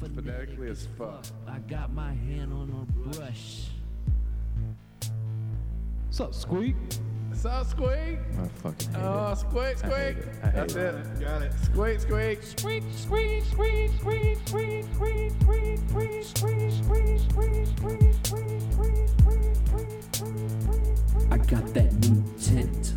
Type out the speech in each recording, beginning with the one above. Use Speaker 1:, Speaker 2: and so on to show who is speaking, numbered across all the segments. Speaker 1: phonetically as fuck.
Speaker 2: I got my hand on a brush.
Speaker 3: What's up, Squeak?
Speaker 1: What's up, Squeak?
Speaker 4: I fucking hate
Speaker 1: Oh,
Speaker 4: it.
Speaker 1: Squeak,
Speaker 4: I hate
Speaker 1: Squeak.
Speaker 4: it. I hate
Speaker 1: That's
Speaker 4: it.
Speaker 1: it.
Speaker 5: Got it.
Speaker 1: Squeak, Squeak.
Speaker 2: Squeak, squeak, squeak, squeak, squeak, squeak, squeak, squeak, squeak, squeak, squeak, squeak, squeak, squeak, squeak, squeak, squeak, squeak. I got that new tint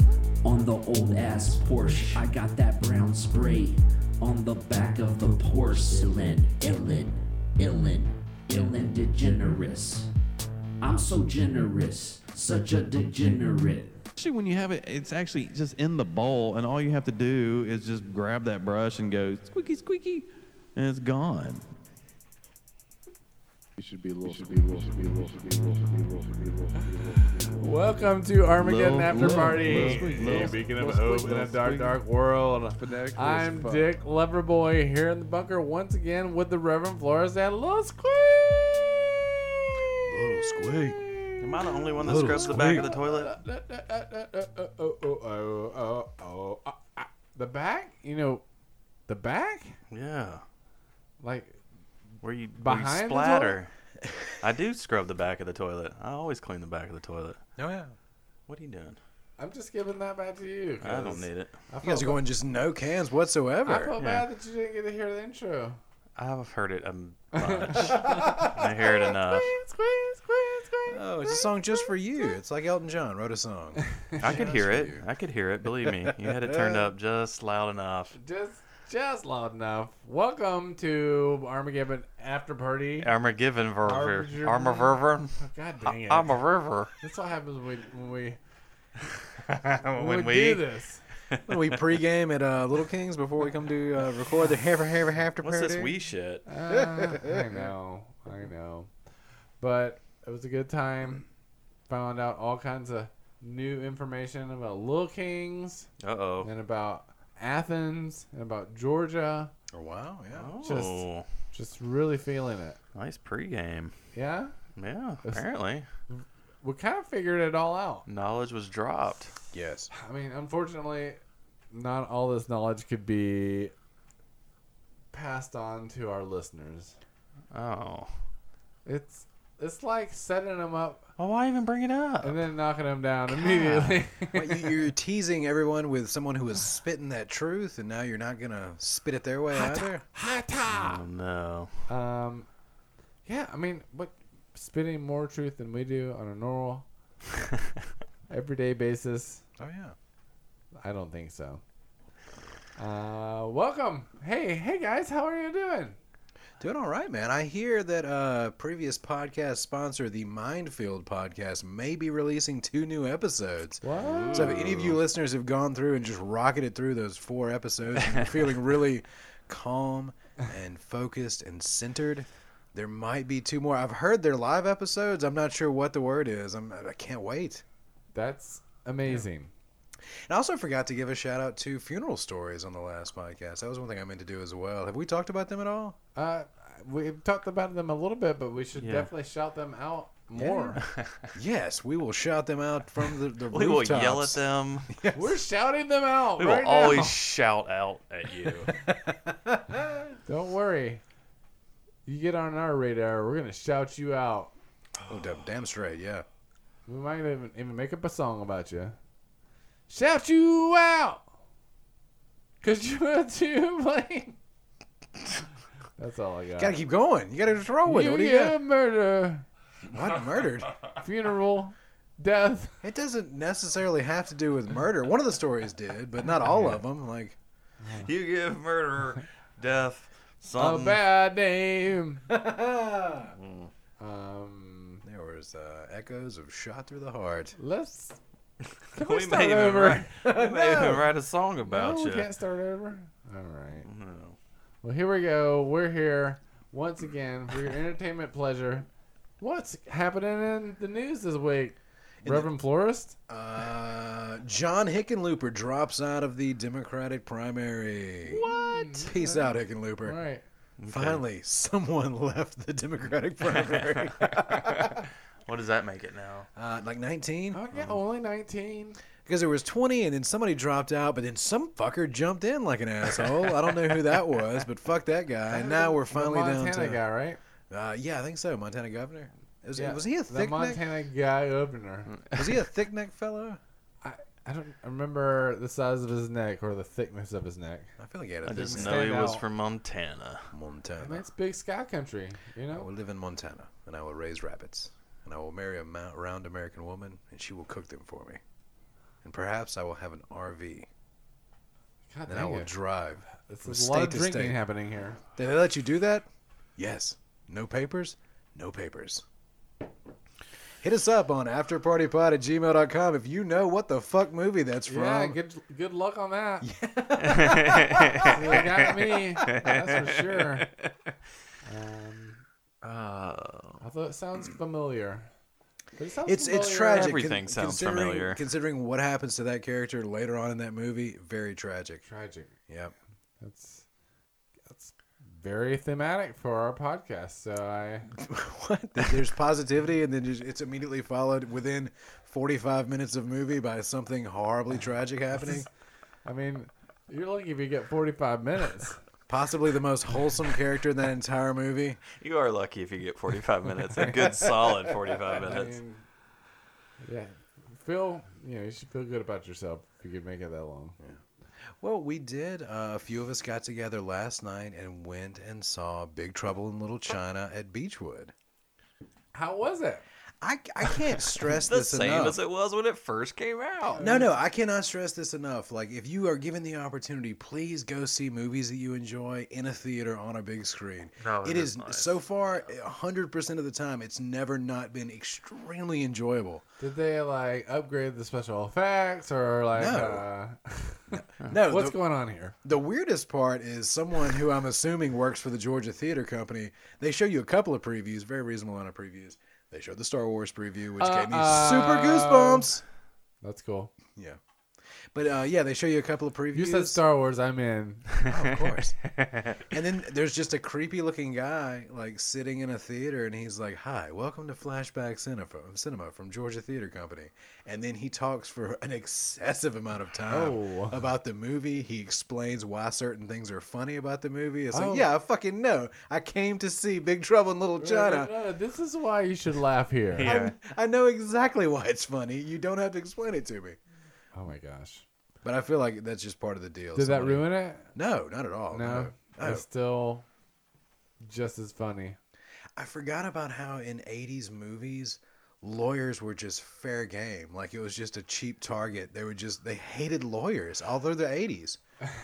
Speaker 2: on the old ass Porsche. I got that brown spray on the back of the porcelain. Illin, illin, illin degenerates. I'm so generous, such a degenerate.
Speaker 4: Especially when you have it, it's actually just in the bowl, and all you have to do is just grab that brush and go squeaky, squeaky, and it's gone.
Speaker 1: You should be little. Should be little. Should be little. Should be little. Should be little. Should be little. Should be little. Welcome to Armageddon
Speaker 4: Little-
Speaker 1: After
Speaker 4: little-
Speaker 1: Party.
Speaker 4: little squeak,
Speaker 1: Hey,
Speaker 4: little
Speaker 1: Beacon
Speaker 4: squeak,
Speaker 1: of
Speaker 4: little
Speaker 1: hope in
Speaker 4: squeak,
Speaker 1: a
Speaker 4: little
Speaker 1: dark,
Speaker 4: squeak.
Speaker 1: dark world.
Speaker 5: Phonetically as
Speaker 1: I'm
Speaker 5: fuck.
Speaker 1: Dick Loverboy here in the bunker once again with the Reverend Flores and Little Squeak.
Speaker 3: Little Squeak.
Speaker 6: Am I the only one that
Speaker 3: Little
Speaker 6: scrubs the back of the
Speaker 3: squeak.
Speaker 6: toilet?
Speaker 1: Uh, uh, uh, uh, uh, uh, oh, oh, oh, oh, oh, ah, ah. The back, you know, the back,
Speaker 6: Yeah.
Speaker 1: like
Speaker 6: Where you, where
Speaker 1: Behind
Speaker 6: you
Speaker 1: the
Speaker 6: splatter. I do scrub the back of the toilet. I always clean the back of the toilet.
Speaker 5: Oh yeah.
Speaker 6: What are you doing?
Speaker 1: I'm just giving that back to you.
Speaker 6: I don't
Speaker 1: 'cause
Speaker 6: need it.
Speaker 1: I
Speaker 5: You guys
Speaker 1: felt,
Speaker 5: are going just no cans whatsoever.
Speaker 1: I felt
Speaker 6: Yeah.
Speaker 1: bad that you didn't get to hear the intro.
Speaker 6: I've heard it a bunch. I hear it enough.
Speaker 5: Oh, it's a song just for you. It's like Elton John wrote a song.
Speaker 6: I could hear it. I could hear it. Believe me, you had it turned up just loud enough.
Speaker 1: Just, just loud enough. Welcome to Armageddon After Party.
Speaker 6: Armor given verver.
Speaker 1: Armageddon.
Speaker 6: Armor verver.
Speaker 1: Oh, God dang it!
Speaker 6: I'm a river.
Speaker 1: That's what happens when, when we
Speaker 6: when,
Speaker 1: when, we, do this.
Speaker 5: When we pregame at uh, Little Kings before we come to uh, record the Haver Haver After
Speaker 6: what's this
Speaker 5: Party.
Speaker 6: wee shit?
Speaker 1: Uh, I know, I know, but it was a good time. Found out all kinds of new information about Little Kings
Speaker 6: Uh oh.
Speaker 1: and about Athens and about Georgia.
Speaker 5: Oh, wow, yeah.
Speaker 6: Oh,
Speaker 1: Just really feeling it.
Speaker 6: nice pregame.
Speaker 1: Yeah,
Speaker 6: Yeah, apparently
Speaker 1: we kind of figured it all out.
Speaker 6: knowledge was dropped.
Speaker 5: Yes.
Speaker 1: I mean, unfortunately, not all this knowledge could be passed on to our listeners.
Speaker 6: Oh.
Speaker 1: It's it's like setting them up
Speaker 6: Well, why even bring it up?
Speaker 1: and then knocking them down immediately.
Speaker 5: Wait, you- you're teasing everyone with someone who was spitting that truth, and now you're not going to spit it their way either?
Speaker 6: Oh no.
Speaker 1: um, yeah, I mean, but spitting more truth than we do on a normal, everyday basis.
Speaker 5: Oh, yeah.
Speaker 1: I don't think so. Uh, welcome. Hey, hey guys, how are you doing?
Speaker 5: Doing all right, man. I hear that uh previous podcast sponsor, the Mindfield podcast, may be releasing two new episodes.
Speaker 1: What?
Speaker 5: So if any of you listeners have gone through and just rocketed through those four episodes and you're feeling really calm and focused and centered, there might be two more. I've heard they're live episodes. I'm not sure what the word is. I'm I can't wait.
Speaker 1: That's amazing.
Speaker 5: And I also forgot to give a shout out to Funeral Stories on the last podcast. That was one thing I meant to do as well. Have we talked about them at all?
Speaker 1: Uh, we've talked about them a little bit, but we should
Speaker 6: Yeah.
Speaker 1: definitely shout them out more.
Speaker 5: Yes, we will shout them out from the, the
Speaker 6: We will
Speaker 5: rooftops.
Speaker 6: yell at them.
Speaker 1: We're shouting them out.
Speaker 6: We
Speaker 1: right
Speaker 6: will always
Speaker 1: now.
Speaker 6: shout out at you.
Speaker 1: Don't worry. You get on our radar, we're gonna shout you out.
Speaker 5: Oh, damn, damn straight, yeah.
Speaker 1: We might even, even make up a song about you. Shout you out, cause you are to blame. That's all I got.
Speaker 5: Gotta keep going. You gotta throw with it.
Speaker 1: you
Speaker 5: What do you
Speaker 1: get
Speaker 5: got?
Speaker 1: murder,
Speaker 5: What murdered?
Speaker 1: funeral, death.
Speaker 5: It doesn't necessarily have to do with murder. One of the stories did, but not all of them. Like,
Speaker 6: you give murderer, death,
Speaker 1: A
Speaker 6: something.
Speaker 1: bad name.
Speaker 5: there
Speaker 1: Um,
Speaker 5: was uh, echoes of shot through the heart.
Speaker 1: let's. Can we,
Speaker 6: we
Speaker 1: start
Speaker 6: may even
Speaker 1: over?
Speaker 6: write, we may even write a song about
Speaker 1: no,
Speaker 6: you.
Speaker 1: we can't start over. All right.
Speaker 6: No.
Speaker 1: Well, here we go. We're here once again for your entertainment pleasure. What's happening in the news this week? Reverend Florist?
Speaker 5: Uh, John Hickenlooper drops out of the Democratic primary. What? Peace out,
Speaker 1: All
Speaker 5: Hickenlooper.
Speaker 1: right.
Speaker 5: Finally, someone left the Democratic primary.
Speaker 6: What does that make it now?
Speaker 5: uh, like 19?
Speaker 1: Um, Oh, yeah, only 19.
Speaker 5: because there was 20 and then somebody dropped out but then some fucker jumped in like an asshole i don't know who that was but fuck that guy and now we're finally
Speaker 1: the Montana
Speaker 5: down to
Speaker 1: guy, right?
Speaker 5: Uh, yeah i think so montana governor was,
Speaker 1: Yeah,
Speaker 5: was he a
Speaker 1: The
Speaker 5: thick neck
Speaker 1: Montana Mm. guy opener.
Speaker 5: was he a thick neck fellow
Speaker 1: I, I don't remember the size of his neck or the thickness of his neck.
Speaker 5: i feel like he had a
Speaker 6: I
Speaker 5: thick
Speaker 6: just
Speaker 5: neck.
Speaker 6: know he
Speaker 1: stand
Speaker 6: was
Speaker 1: out.
Speaker 6: from Montana.
Speaker 1: And
Speaker 5: montana
Speaker 1: that's big sky country, you
Speaker 5: i will
Speaker 1: know.
Speaker 5: live in montana and i will raise rabbits and i will marry a ma- round american woman and she will cook them for me and perhaps i will have an rv
Speaker 1: God
Speaker 5: and i
Speaker 1: dang
Speaker 5: will
Speaker 1: it.
Speaker 5: drive
Speaker 1: There's a lot
Speaker 5: state
Speaker 1: of
Speaker 5: to
Speaker 1: drinking
Speaker 5: state.
Speaker 1: happening here.
Speaker 5: Did they let you do that? Yes. No papers? No papers. Hit us up on afterpartypod at gmail.com if you know what the fuck movie that's from.
Speaker 1: Yeah, good good luck on that. You got me. That's for sure. Um,
Speaker 6: Oh.
Speaker 1: although it sounds familiar. But it sounds
Speaker 5: it's it's
Speaker 1: familiar.
Speaker 5: tragic. con-
Speaker 6: Everything sounds
Speaker 5: considering-
Speaker 6: familiar.
Speaker 5: Considering what happens to that character later on in that movie, very tragic.
Speaker 1: Tragic.
Speaker 5: Yep.
Speaker 1: That's that's very thematic for our podcast. So I
Speaker 5: what? There's positivity, and then just, it's immediately followed within 45 minutes of movie by something horribly tragic happening.
Speaker 1: I mean, you're lucky if you get 45 minutes.
Speaker 5: Possibly the most wholesome character in that entire movie.
Speaker 6: You are lucky if you get 45 minutes. A good solid 45
Speaker 1: I
Speaker 6: minutes.
Speaker 1: mean, yeah, feel you know you should feel good about yourself if you could make it that long.
Speaker 5: Well, we did. Uh, a few of us got together last night and went and saw Big Trouble in Little China at Beechwood.
Speaker 1: How was it?
Speaker 5: I, I can't stress
Speaker 6: the
Speaker 5: this
Speaker 6: same
Speaker 5: enough.
Speaker 6: as it was when it first came out.
Speaker 5: no, no, I cannot stress this enough. Like, if you are given the opportunity, please go see movies that you enjoy in a theater on a big screen.
Speaker 6: No, it
Speaker 5: it
Speaker 6: is
Speaker 5: is
Speaker 6: nice.
Speaker 5: so far, hundred percent of the time, it's never not been extremely enjoyable.
Speaker 1: Did they like upgrade the special effects or like
Speaker 5: No.
Speaker 1: uh,
Speaker 5: No,
Speaker 1: what's
Speaker 5: the-
Speaker 1: going on here?
Speaker 5: The weirdest part is someone who I'm assuming works for the Georgia Theater Company. They show you a couple of previews, very reasonable amount of previews. They showed the Star Wars preview, which gave me super
Speaker 1: Uh-oh.
Speaker 5: goosebumps.
Speaker 1: That's cool.
Speaker 5: Yeah, but uh, yeah, they show you a couple of previews.
Speaker 1: You said Star Wars. I'm in.
Speaker 5: Oh, of course. and then there's just a creepy looking guy like sitting in a theater, and he's like, "Hi, welcome to Flashback Cinema, Cinema from Georgia Theater Company." And then he talks for an excessive amount of time
Speaker 1: Oh.
Speaker 5: about the movie. He explains why certain things are funny about the movie. It's
Speaker 1: Oh.
Speaker 5: like, yeah, I fucking know. I came to see Big Trouble in Little China.
Speaker 1: No, no, this is why you should laugh here.
Speaker 6: Yeah.
Speaker 5: I know exactly why it's funny. You don't have to explain it to me.
Speaker 1: Oh my gosh.
Speaker 5: But I feel like that's just part of the deal.
Speaker 1: Did that
Speaker 5: Somebody-
Speaker 1: ruin it?
Speaker 5: No, not at all.
Speaker 1: No.
Speaker 6: Oh.
Speaker 5: no.
Speaker 1: It's still just as funny.
Speaker 5: I forgot about how in 80s movies lawyers were just fair game. Like it was just a cheap target. They were just they hated lawyers all through the 80s.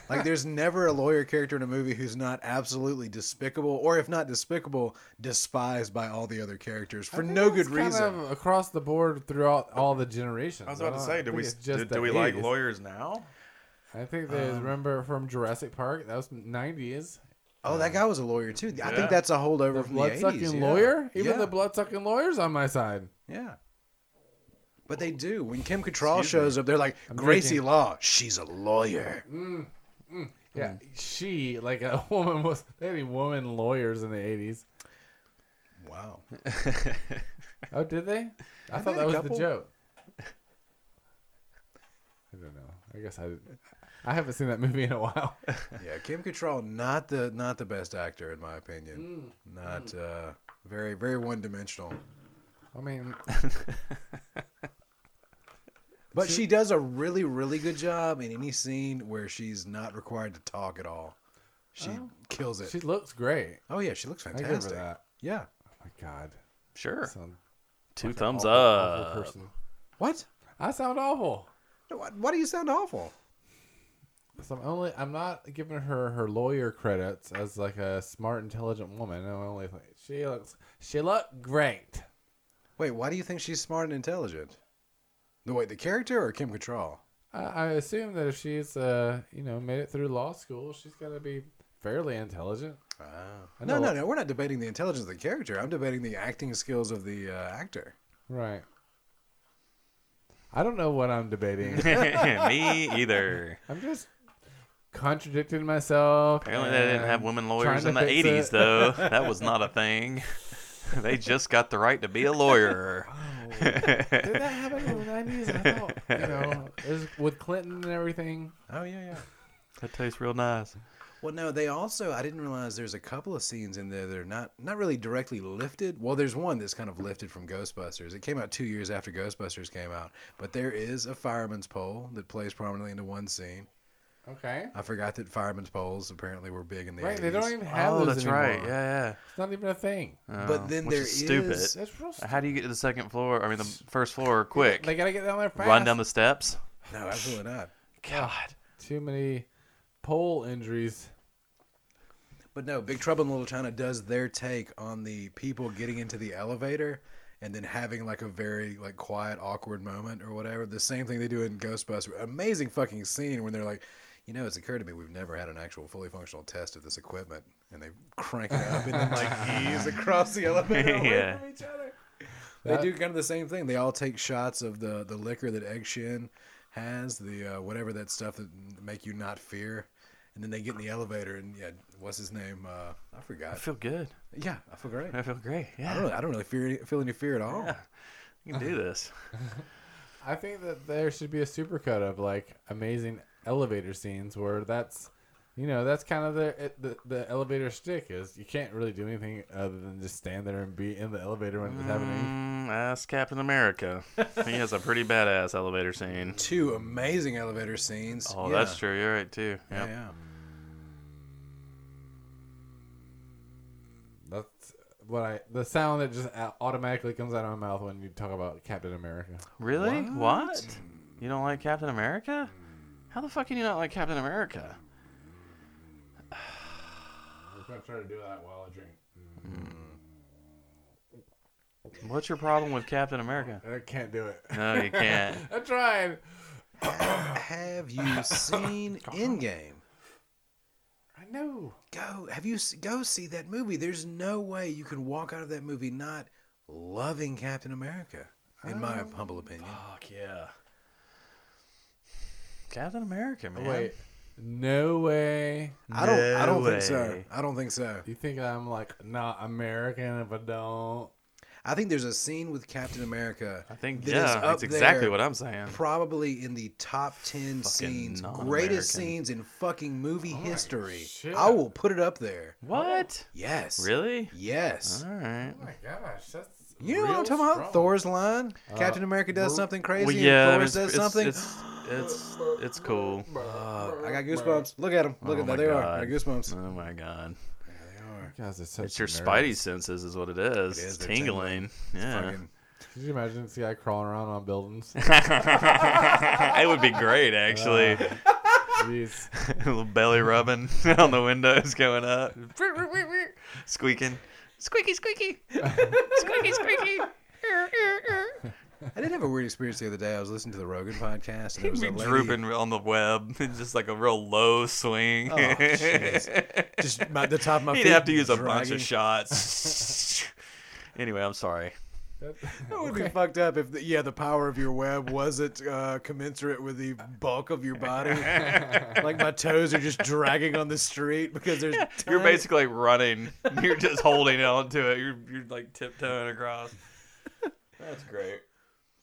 Speaker 5: Like there's never a lawyer character in a movie who's not absolutely despicable or if not despicable, despised by all the other characters
Speaker 1: I
Speaker 5: for
Speaker 1: think
Speaker 5: no
Speaker 1: that's
Speaker 5: good
Speaker 1: kind
Speaker 5: reason.
Speaker 1: of across the board throughout all the generations.
Speaker 6: I was about
Speaker 1: don't
Speaker 6: to say, do
Speaker 1: think
Speaker 6: we
Speaker 1: it's
Speaker 6: do,
Speaker 1: the
Speaker 6: do we like
Speaker 1: 80s.
Speaker 6: lawyers now? Um,
Speaker 1: I think they remember from Jurassic Park. That was 90s.
Speaker 5: oh, that guy was a lawyer too. I
Speaker 6: Yeah.
Speaker 5: think that's a holdover from the
Speaker 1: blood
Speaker 5: 80s,
Speaker 1: sucking
Speaker 5: yeah.
Speaker 1: lawyer. Even
Speaker 5: Yeah.
Speaker 1: the blood sucking lawyer's on my side.
Speaker 5: Yeah. But they do. When Kim Cattrall
Speaker 6: Excuse me.
Speaker 5: shows up, they're like, Gracie Law, she's a lawyer.
Speaker 6: Hmm.
Speaker 1: Yeah, she like a woman was. They had any woman lawyers in the 80s.
Speaker 5: Wow.
Speaker 1: Oh, did they? I thought
Speaker 5: they
Speaker 1: that
Speaker 5: had a
Speaker 1: was
Speaker 5: couple?
Speaker 1: the joke. I don't know. I guess I, I haven't seen that movie in a while.
Speaker 5: Yeah, Kim Cattrall, not the not the best actor in my
Speaker 1: Mm.
Speaker 5: opinion. Not uh, very very one dimensional.
Speaker 1: I mean,
Speaker 5: But she does a really really good job in any scene where she's not required to talk at all. She kills it.
Speaker 1: Oh. she looks great.
Speaker 5: oh yeah, she looks
Speaker 1: I give her
Speaker 5: fantastic.
Speaker 1: that.
Speaker 5: Yeah.
Speaker 1: Oh my god,
Speaker 6: Sure.
Speaker 1: sound
Speaker 6: Two thumbs
Speaker 1: awful, awful
Speaker 6: up.
Speaker 1: person.
Speaker 5: What?
Speaker 1: I sound awful.
Speaker 5: Why, why do you sound awful?
Speaker 1: So I'm only I'm not giving her her lawyer credits as like a smart, intelligent woman. I'm only like, she looks she looked great.
Speaker 5: Wait, why do you think she's smart and intelligent? The wait, the character or Kim Cattrall?
Speaker 1: I, I assume that if she's uh you know made it through law school, she's got to be fairly intelligent. I
Speaker 5: Ah. No,
Speaker 1: know-
Speaker 5: no, no. We're not debating the intelligence of the character. I'm debating the acting skills of the uh, actor.
Speaker 1: Right. I don't know what I'm debating.
Speaker 6: Me either.
Speaker 1: I'm just contradicting myself.
Speaker 6: Apparently, they didn't have
Speaker 1: and
Speaker 6: women
Speaker 1: trying
Speaker 6: lawyers
Speaker 1: to
Speaker 6: in the
Speaker 1: fix it.
Speaker 6: 80s, though. That was not a thing. they just got the right to be a lawyer.
Speaker 1: Did that happen in the 90s? I thought, you know, Is with Clinton and everything.
Speaker 5: Oh yeah, yeah.
Speaker 6: That tastes real nice.
Speaker 5: Well, no, they also I didn't realize there's a couple of scenes in there that are not not really directly lifted. Well, there's one that's kind of lifted from Ghostbusters. It came out two years after Ghostbusters came out, but there is a fireman's pole that plays prominently into one scene.
Speaker 1: Okay.
Speaker 5: I forgot that fireman's poles apparently were big in the
Speaker 1: Right,
Speaker 5: 80s.
Speaker 1: they don't even have
Speaker 6: Oh,
Speaker 1: those
Speaker 6: that's
Speaker 1: anymore.
Speaker 6: right. Yeah,
Speaker 1: It's not even a thing.
Speaker 6: yeah.
Speaker 5: But
Speaker 6: Oh,
Speaker 5: then
Speaker 6: which
Speaker 5: there
Speaker 6: is stupid.
Speaker 5: is-
Speaker 1: That's real.
Speaker 6: How do you get to the second floor? I mean, the first floor quick.
Speaker 1: They gotta get down there fast.
Speaker 6: Run down the steps.
Speaker 5: no, absolutely not.
Speaker 6: God.
Speaker 1: Too many pole injuries.
Speaker 5: But no, Big Trouble in Little China does their take on the people getting into the elevator and then having like a very like quiet, awkward moment or whatever. The same thing they do in Ghostbusters. Amazing fucking scene when they're like, you know, it's occurred to me we've never had an actual fully functional test of this equipment, and they crank it up and then like ease across the elevator away
Speaker 6: Yeah.
Speaker 5: from each other. They do kind of the same thing. They all take shots of the the liquor that Egg Shin has, the uh, whatever that stuff that make you not fear, and then they get in the elevator and yeah, what's his name? Uh, I
Speaker 6: I
Speaker 5: forgot.
Speaker 6: feel good.
Speaker 5: Yeah, I feel great.
Speaker 6: I feel great.
Speaker 5: I
Speaker 6: Yeah.
Speaker 5: don't, I don't really fear, feel any fear at all.
Speaker 6: You can do this.
Speaker 1: I think that there should be a supercut of like amazing elevator scenes where that's, you know, that's kind of the the, the elevator stick is you can't really do anything other than just stand there and be in the elevator when it's happening.
Speaker 6: Mm, ask Captain America. he has a pretty badass elevator scene.
Speaker 5: Two amazing elevator scenes.
Speaker 6: Oh,
Speaker 5: Yeah.
Speaker 6: that's true. You're right too.
Speaker 5: Yeah,
Speaker 6: Yep.
Speaker 5: yeah.
Speaker 1: That's what I the sound that just au- automatically comes out of my mouth when you talk about Captain America.
Speaker 6: Really? What? You don't like Captain America? How the fuck can you not like Captain America?
Speaker 1: I'm gonna try to do that while I drink.
Speaker 6: What's your problem with Captain America?
Speaker 1: I can't do it.
Speaker 6: No, you can't.
Speaker 1: I tried.
Speaker 5: Have you seen Endgame?
Speaker 1: I know.
Speaker 5: Go. Have you s- go see that movie? There's no way you can walk out of that movie not loving Captain America. In my humble
Speaker 6: Um,
Speaker 5: opinion.
Speaker 6: Fuck yeah. Captain America, man.
Speaker 1: Wait. No way.
Speaker 5: I don't.
Speaker 6: No
Speaker 5: I don't think so.
Speaker 6: way.
Speaker 5: I don't think so.
Speaker 1: You think I'm like not American if I don't?
Speaker 5: I think there's a scene with Captain America.
Speaker 6: I think
Speaker 5: that is
Speaker 6: yeah,
Speaker 5: up
Speaker 6: that's exactly
Speaker 5: there,
Speaker 6: what I'm saying.
Speaker 5: Probably in the top ten scenes, greatest
Speaker 6: non-American.
Speaker 5: scenes in fucking movie history.
Speaker 1: shit.
Speaker 5: I will put it up there.
Speaker 6: What?
Speaker 5: Yes.
Speaker 6: Really?
Speaker 5: Yes.
Speaker 6: All right.
Speaker 1: Oh my gosh, that's
Speaker 5: you know what I'm
Speaker 1: real
Speaker 5: talking
Speaker 1: strong.
Speaker 5: about? Thor's line. Captain America does something crazy.
Speaker 6: Uh, Well, yeah, I
Speaker 5: and
Speaker 6: mean,
Speaker 5: Thor
Speaker 6: it's,
Speaker 5: says
Speaker 6: it's,
Speaker 5: something. Oh,
Speaker 6: It's, it's it's cool.
Speaker 5: I got goosebumps. Look at him. Look
Speaker 6: Oh
Speaker 5: at
Speaker 6: my
Speaker 5: them. There are. I
Speaker 6: God.
Speaker 5: got goosebumps.
Speaker 6: Oh my god.
Speaker 1: You guys are such
Speaker 6: It's your
Speaker 1: nerds.
Speaker 6: spidey senses is what it is.
Speaker 5: It is,
Speaker 6: It's
Speaker 5: they're
Speaker 6: tingling. Yeah.
Speaker 5: Fucking-
Speaker 1: Could you imagine this guy crawling around on buildings?
Speaker 6: it would be great actually.
Speaker 5: Uh.
Speaker 1: Jeez.
Speaker 6: A little belly rubbing on the windows going up. squeaking. Squeaky squeaky. squeaky squeaky.
Speaker 5: I did have a weird experience the other day. I was listening to the Rogan podcast, and there
Speaker 6: He'd
Speaker 5: was
Speaker 6: be
Speaker 5: a lady.
Speaker 6: drooping on the web. It's just like a real low swing.
Speaker 5: Oh, jeez. Just my, the top of my
Speaker 6: He'd
Speaker 5: feet
Speaker 6: have to use a bunch
Speaker 5: dragging.
Speaker 6: of shots. anyway, I'm sorry.
Speaker 5: It would be fucked up if, the, yeah, the power of your web wasn't uh, commensurate with the bulk of your body. like my toes are just dragging on the street because there's.
Speaker 6: You're
Speaker 5: tiny-
Speaker 6: basically running. You're just holding on to it. You're, you're like tiptoeing across. That's great.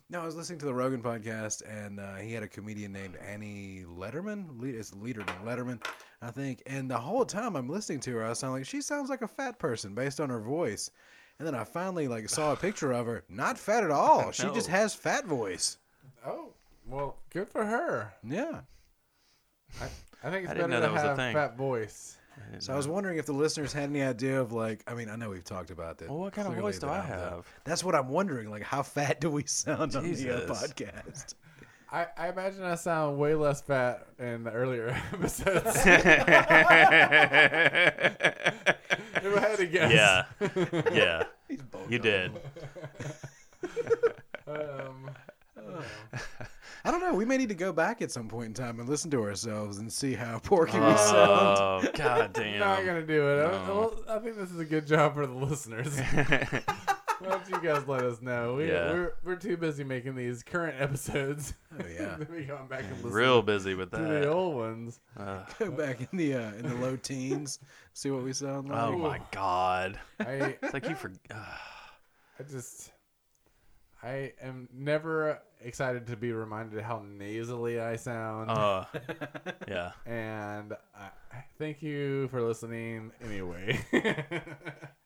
Speaker 5: No, I was listening to the Rogan podcast, and uh, he had a comedian named Annie Letterman. Le- It's Lederman, Letterman, I think. And the whole time I'm listening to her, I sound like she sounds like a fat person based on her voice. And then I finally like saw a picture of her. Not fat at all. She just
Speaker 6: No.
Speaker 5: has fat voice.
Speaker 1: Oh, well, good for her.
Speaker 5: Yeah.
Speaker 1: I, I think it's better
Speaker 6: I didn't know
Speaker 1: to
Speaker 6: that was a
Speaker 1: have
Speaker 6: thing.
Speaker 1: fat voice.
Speaker 5: So I was wondering if the listeners had any idea of like, I mean, I know we've talked about that.
Speaker 6: Well, what kind of
Speaker 5: clearly
Speaker 6: voice do
Speaker 5: that
Speaker 6: I
Speaker 5: I'm the-
Speaker 6: have?
Speaker 5: that's what I'm wondering. Like, how fat do we sound on the uh,
Speaker 6: Jesus.
Speaker 5: podcast?
Speaker 1: I, I imagine I sound way less fat in the earlier episodes. if I had to guess.
Speaker 6: Yeah. Yeah. You did.
Speaker 1: Um,
Speaker 5: I don't know. We may need to go back at some point in time and listen to ourselves and see how porky we sound.
Speaker 6: Oh, god
Speaker 1: not
Speaker 6: damn.
Speaker 1: gonna do it. I- I, I think this is a good job for the listeners. Why don't you guys let us know? We,
Speaker 6: Yeah.
Speaker 1: we're, we're too busy making these current episodes.
Speaker 5: Oh, yeah.
Speaker 1: to be going back and listening
Speaker 6: Real busy with
Speaker 1: to the
Speaker 6: that.
Speaker 1: old ones.
Speaker 5: Go back in the uh, in the low teens, see what we sound like.
Speaker 6: Oh my god.
Speaker 1: I
Speaker 6: It's like you forgot.
Speaker 1: I just I am never excited to be reminded how nasally I sound.
Speaker 6: Uh, yeah.
Speaker 1: and I, thank you for listening anyway.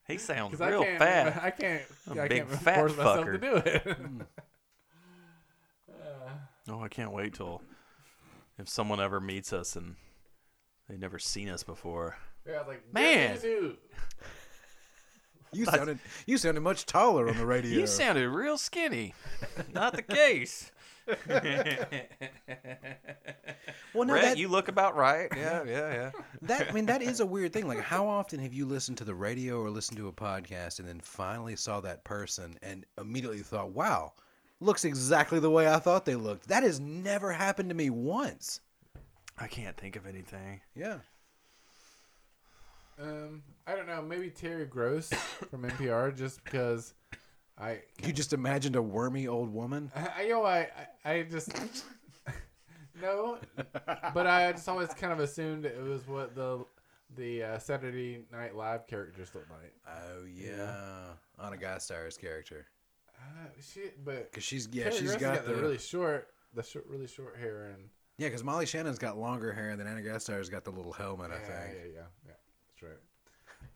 Speaker 6: He sounds
Speaker 1: Because I
Speaker 6: real
Speaker 1: can't,
Speaker 6: fat.
Speaker 1: I can't,
Speaker 6: I'm a
Speaker 1: I
Speaker 6: big
Speaker 1: can't
Speaker 6: fat
Speaker 1: force myself to
Speaker 6: fucker.
Speaker 1: do it.
Speaker 5: Hmm.
Speaker 6: Oh, I can't wait till if someone ever meets us and they've never seen us before.
Speaker 1: yeah, I was like,
Speaker 6: Man.
Speaker 1: "Dude,
Speaker 5: You sounded you sounded much taller on the radio.
Speaker 6: You sounded real skinny. Not the case.
Speaker 5: well, no,
Speaker 6: Brett,
Speaker 5: that,
Speaker 6: you look about right. Yeah, yeah, yeah.
Speaker 5: that I mean that is a weird thing. Like, how often have you listened to the radio or listened to a podcast and then finally saw that person and immediately thought, "Wow, looks exactly the way I thought they looked." That has never happened to me once.
Speaker 6: I can't think of anything.
Speaker 5: Yeah.
Speaker 1: Um, I don't know. Maybe Terry Gross from NPR, just because I,
Speaker 5: You just imagined a wormy old woman.
Speaker 1: I, I- you know, I, I, I just no, but I just always kind of assumed it was what the the uh, Saturday Night Live characters looked like.
Speaker 5: Oh yeah, Anna Gasteyr's character,
Speaker 1: Uh, shit, but
Speaker 5: because she's yeah
Speaker 1: Terry
Speaker 5: she's
Speaker 1: Gross has
Speaker 5: got, the,
Speaker 1: the really short, the short, really short hair and
Speaker 5: yeah because Molly Shannon's got longer hair and then Anna Gasteyr's got the little helmet. I
Speaker 1: yeah,
Speaker 5: think.
Speaker 1: yeah, yeah, yeah, that's right.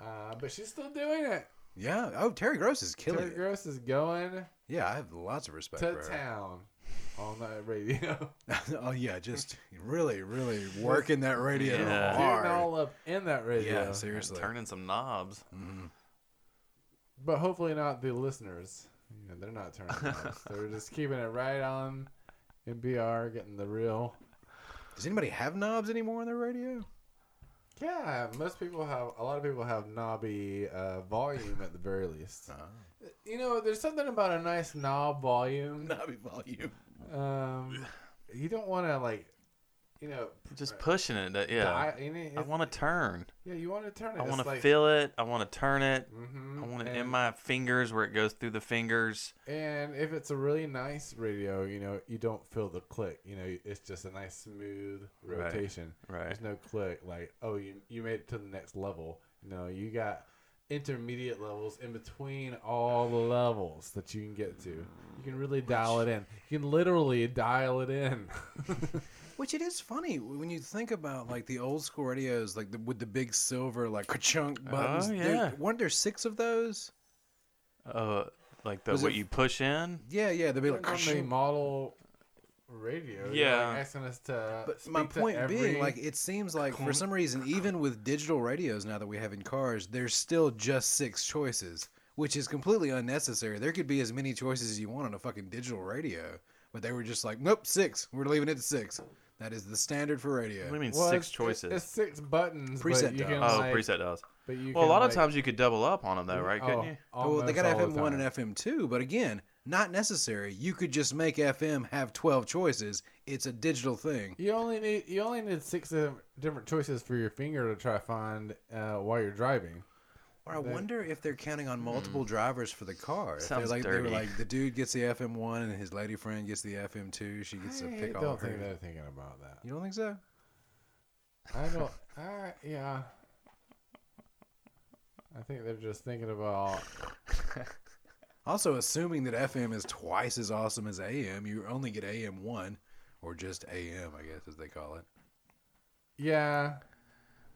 Speaker 1: Uh, but she's still doing it.
Speaker 5: Yeah. Oh, Terry Gross is killing
Speaker 1: Terry
Speaker 5: it.
Speaker 1: Gross is going
Speaker 5: Yeah, I have lots of respect
Speaker 1: to
Speaker 5: for her.
Speaker 1: town on the radio.
Speaker 5: oh yeah, just really, really working that radio
Speaker 6: Yeah.
Speaker 5: hard.
Speaker 1: Getting all up in that radio.
Speaker 5: yeah, seriously.
Speaker 6: Turning some knobs.
Speaker 1: But hopefully not the listeners. You know, they're not turning off. They're just keeping it right on NPR, getting the real.
Speaker 5: Does anybody have knobs anymore on their radio?
Speaker 1: Yeah, most people have. A lot of people have knobby uh, volume at the very least.
Speaker 6: Uh-huh.
Speaker 1: You know, there's something about a nice knob volume.
Speaker 5: Knobby volume.
Speaker 1: Um, you don't want to like, you know,
Speaker 6: Just pushing it. uh, Yeah.
Speaker 1: die in it.
Speaker 6: I want to turn.
Speaker 1: yeah, you want to turn it.
Speaker 6: I
Speaker 1: It's
Speaker 6: want to
Speaker 1: like- Mm-hmm. Mm,
Speaker 6: feel it. I want to turn it. I want it in
Speaker 1: and-
Speaker 6: my fingers where it goes through the fingers.
Speaker 1: And if it's a really nice radio, you know, you don't feel the click. You know, it's just a nice smooth
Speaker 6: Right.
Speaker 1: rotation.
Speaker 6: Right.
Speaker 1: There's no click like, oh, you you made it to the next level. You know, you got intermediate levels in between all the levels that you can get to. You can really dial it in. You can literally dial it in.
Speaker 5: Which it is funny when you think about like the old school radios, like the, with the big silver like ka-chunk buttons. There-
Speaker 6: yeah.
Speaker 5: weren't there six of those?
Speaker 6: Uh, like the
Speaker 5: Was it
Speaker 6: what
Speaker 5: f-
Speaker 6: you push in.
Speaker 5: Yeah, yeah. They'd be like
Speaker 1: On the
Speaker 5: ka-chunk.
Speaker 1: model radio, you're,
Speaker 6: Yeah.
Speaker 1: like, asking us to.
Speaker 5: But my
Speaker 1: speak to
Speaker 5: point being,
Speaker 1: every-
Speaker 5: like, it seems like for some reason, even with digital radios now that we have in cars, there's still just six choices, which is completely unnecessary. There could be as many choices as you want on a fucking digital radio, but they were just like, nope, six. We're leaving it at six. That is the standard for
Speaker 6: What do you
Speaker 5: radio.
Speaker 6: mean
Speaker 1: Well,
Speaker 6: six
Speaker 1: it's-
Speaker 6: choices?
Speaker 1: It's six buttons.
Speaker 5: Preset
Speaker 1: but you can,
Speaker 5: dials.
Speaker 6: oh,
Speaker 1: like-
Speaker 6: preset dials.
Speaker 1: But you
Speaker 6: Well, a
Speaker 1: can,
Speaker 6: lot
Speaker 1: like-
Speaker 6: of times you could double up on them though, right? Couldn't you?
Speaker 5: Oh, well, they got
Speaker 1: almost all
Speaker 5: FM
Speaker 1: the
Speaker 5: one
Speaker 1: time.
Speaker 5: and FM two, but again, not necessary. You could just make FM have twelve choices. It's a digital thing.
Speaker 1: You only need you only need six di- different choices for your finger to try to find uh, while you're driving.
Speaker 5: Or I wonder if they're counting on multiple
Speaker 1: Mm.
Speaker 5: drivers for the car. If they're
Speaker 6: Sounds
Speaker 5: like they
Speaker 6: dirty.
Speaker 5: were like the dude gets the FM one and his lady friend gets the FM two. She gets to
Speaker 1: I
Speaker 5: pick all
Speaker 1: don't think
Speaker 5: her.
Speaker 1: they're thinking about that.
Speaker 5: You don't think so?
Speaker 1: I don't. I yeah. I think they're just thinking about.
Speaker 5: Also, assuming that FM is twice as awesome as AM, you only get AM one, or just AM, I guess as they call it.
Speaker 1: Yeah,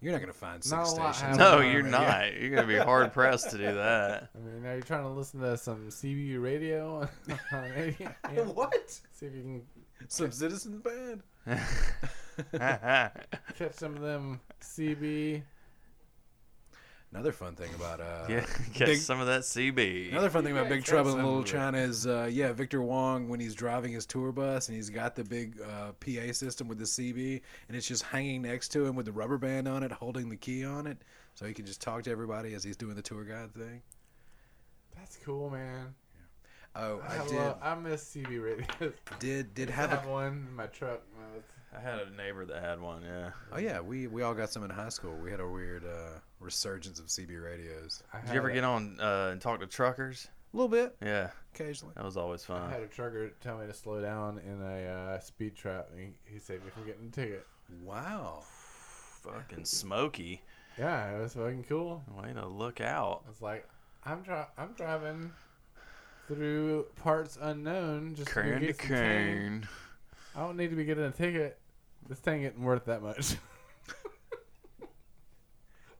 Speaker 5: You're not gonna find
Speaker 1: Not
Speaker 5: six
Speaker 1: a lot happens.
Speaker 5: stations.
Speaker 6: No,
Speaker 1: Yeah,
Speaker 6: you're
Speaker 1: right.
Speaker 6: not. You're gonna be hard pressed to do that.
Speaker 1: I mean, are you trying to listen to some CB radio? Maybe, yeah.
Speaker 5: What?
Speaker 1: See if you can
Speaker 5: Some citizen band?
Speaker 1: catch some of them CB.
Speaker 5: Another fun thing about uh,
Speaker 6: yeah, get some of that CB.
Speaker 5: Another fun thing about Big Trouble in
Speaker 1: some
Speaker 5: Little
Speaker 1: of it.
Speaker 5: China is, uh, yeah, Victor Wong when he's driving his tour bus and he's got the big uh, PA system with the CB and it's just hanging next to him with the rubber band on it, holding the key on it, so he can just talk to everybody as he's doing the tour guide thing.
Speaker 1: That's cool, man.
Speaker 5: Oh, I,
Speaker 1: I,
Speaker 5: did
Speaker 1: love, I miss CB radio.
Speaker 5: did did
Speaker 1: I
Speaker 5: have
Speaker 1: have
Speaker 5: a
Speaker 1: one in my truck. when I was-
Speaker 6: I had a neighbor that had one. Yeah.
Speaker 5: oh yeah we we all got some in high school. We had a weird uh, resurgence of CB radios.
Speaker 1: I
Speaker 6: Did you ever
Speaker 1: had a-
Speaker 6: get on uh, and talk to truckers?
Speaker 5: A little bit
Speaker 6: Yeah,
Speaker 5: occasionally.
Speaker 6: that was always
Speaker 1: I had
Speaker 6: fun.
Speaker 1: a trucker tell me to slow down in a uh, speed trap, and he, he saved me from getting a ticket.
Speaker 5: Wow.
Speaker 6: Fucking smoky.
Speaker 1: Yeah, it was fucking cool.
Speaker 6: Way to look out.
Speaker 1: I was like, I'm dri- I'm driving through parts unknown. Just to go
Speaker 6: Kern to
Speaker 1: get some tang.
Speaker 6: Kern.
Speaker 1: I don't need to be getting a ticket. This thing isn't worth that much.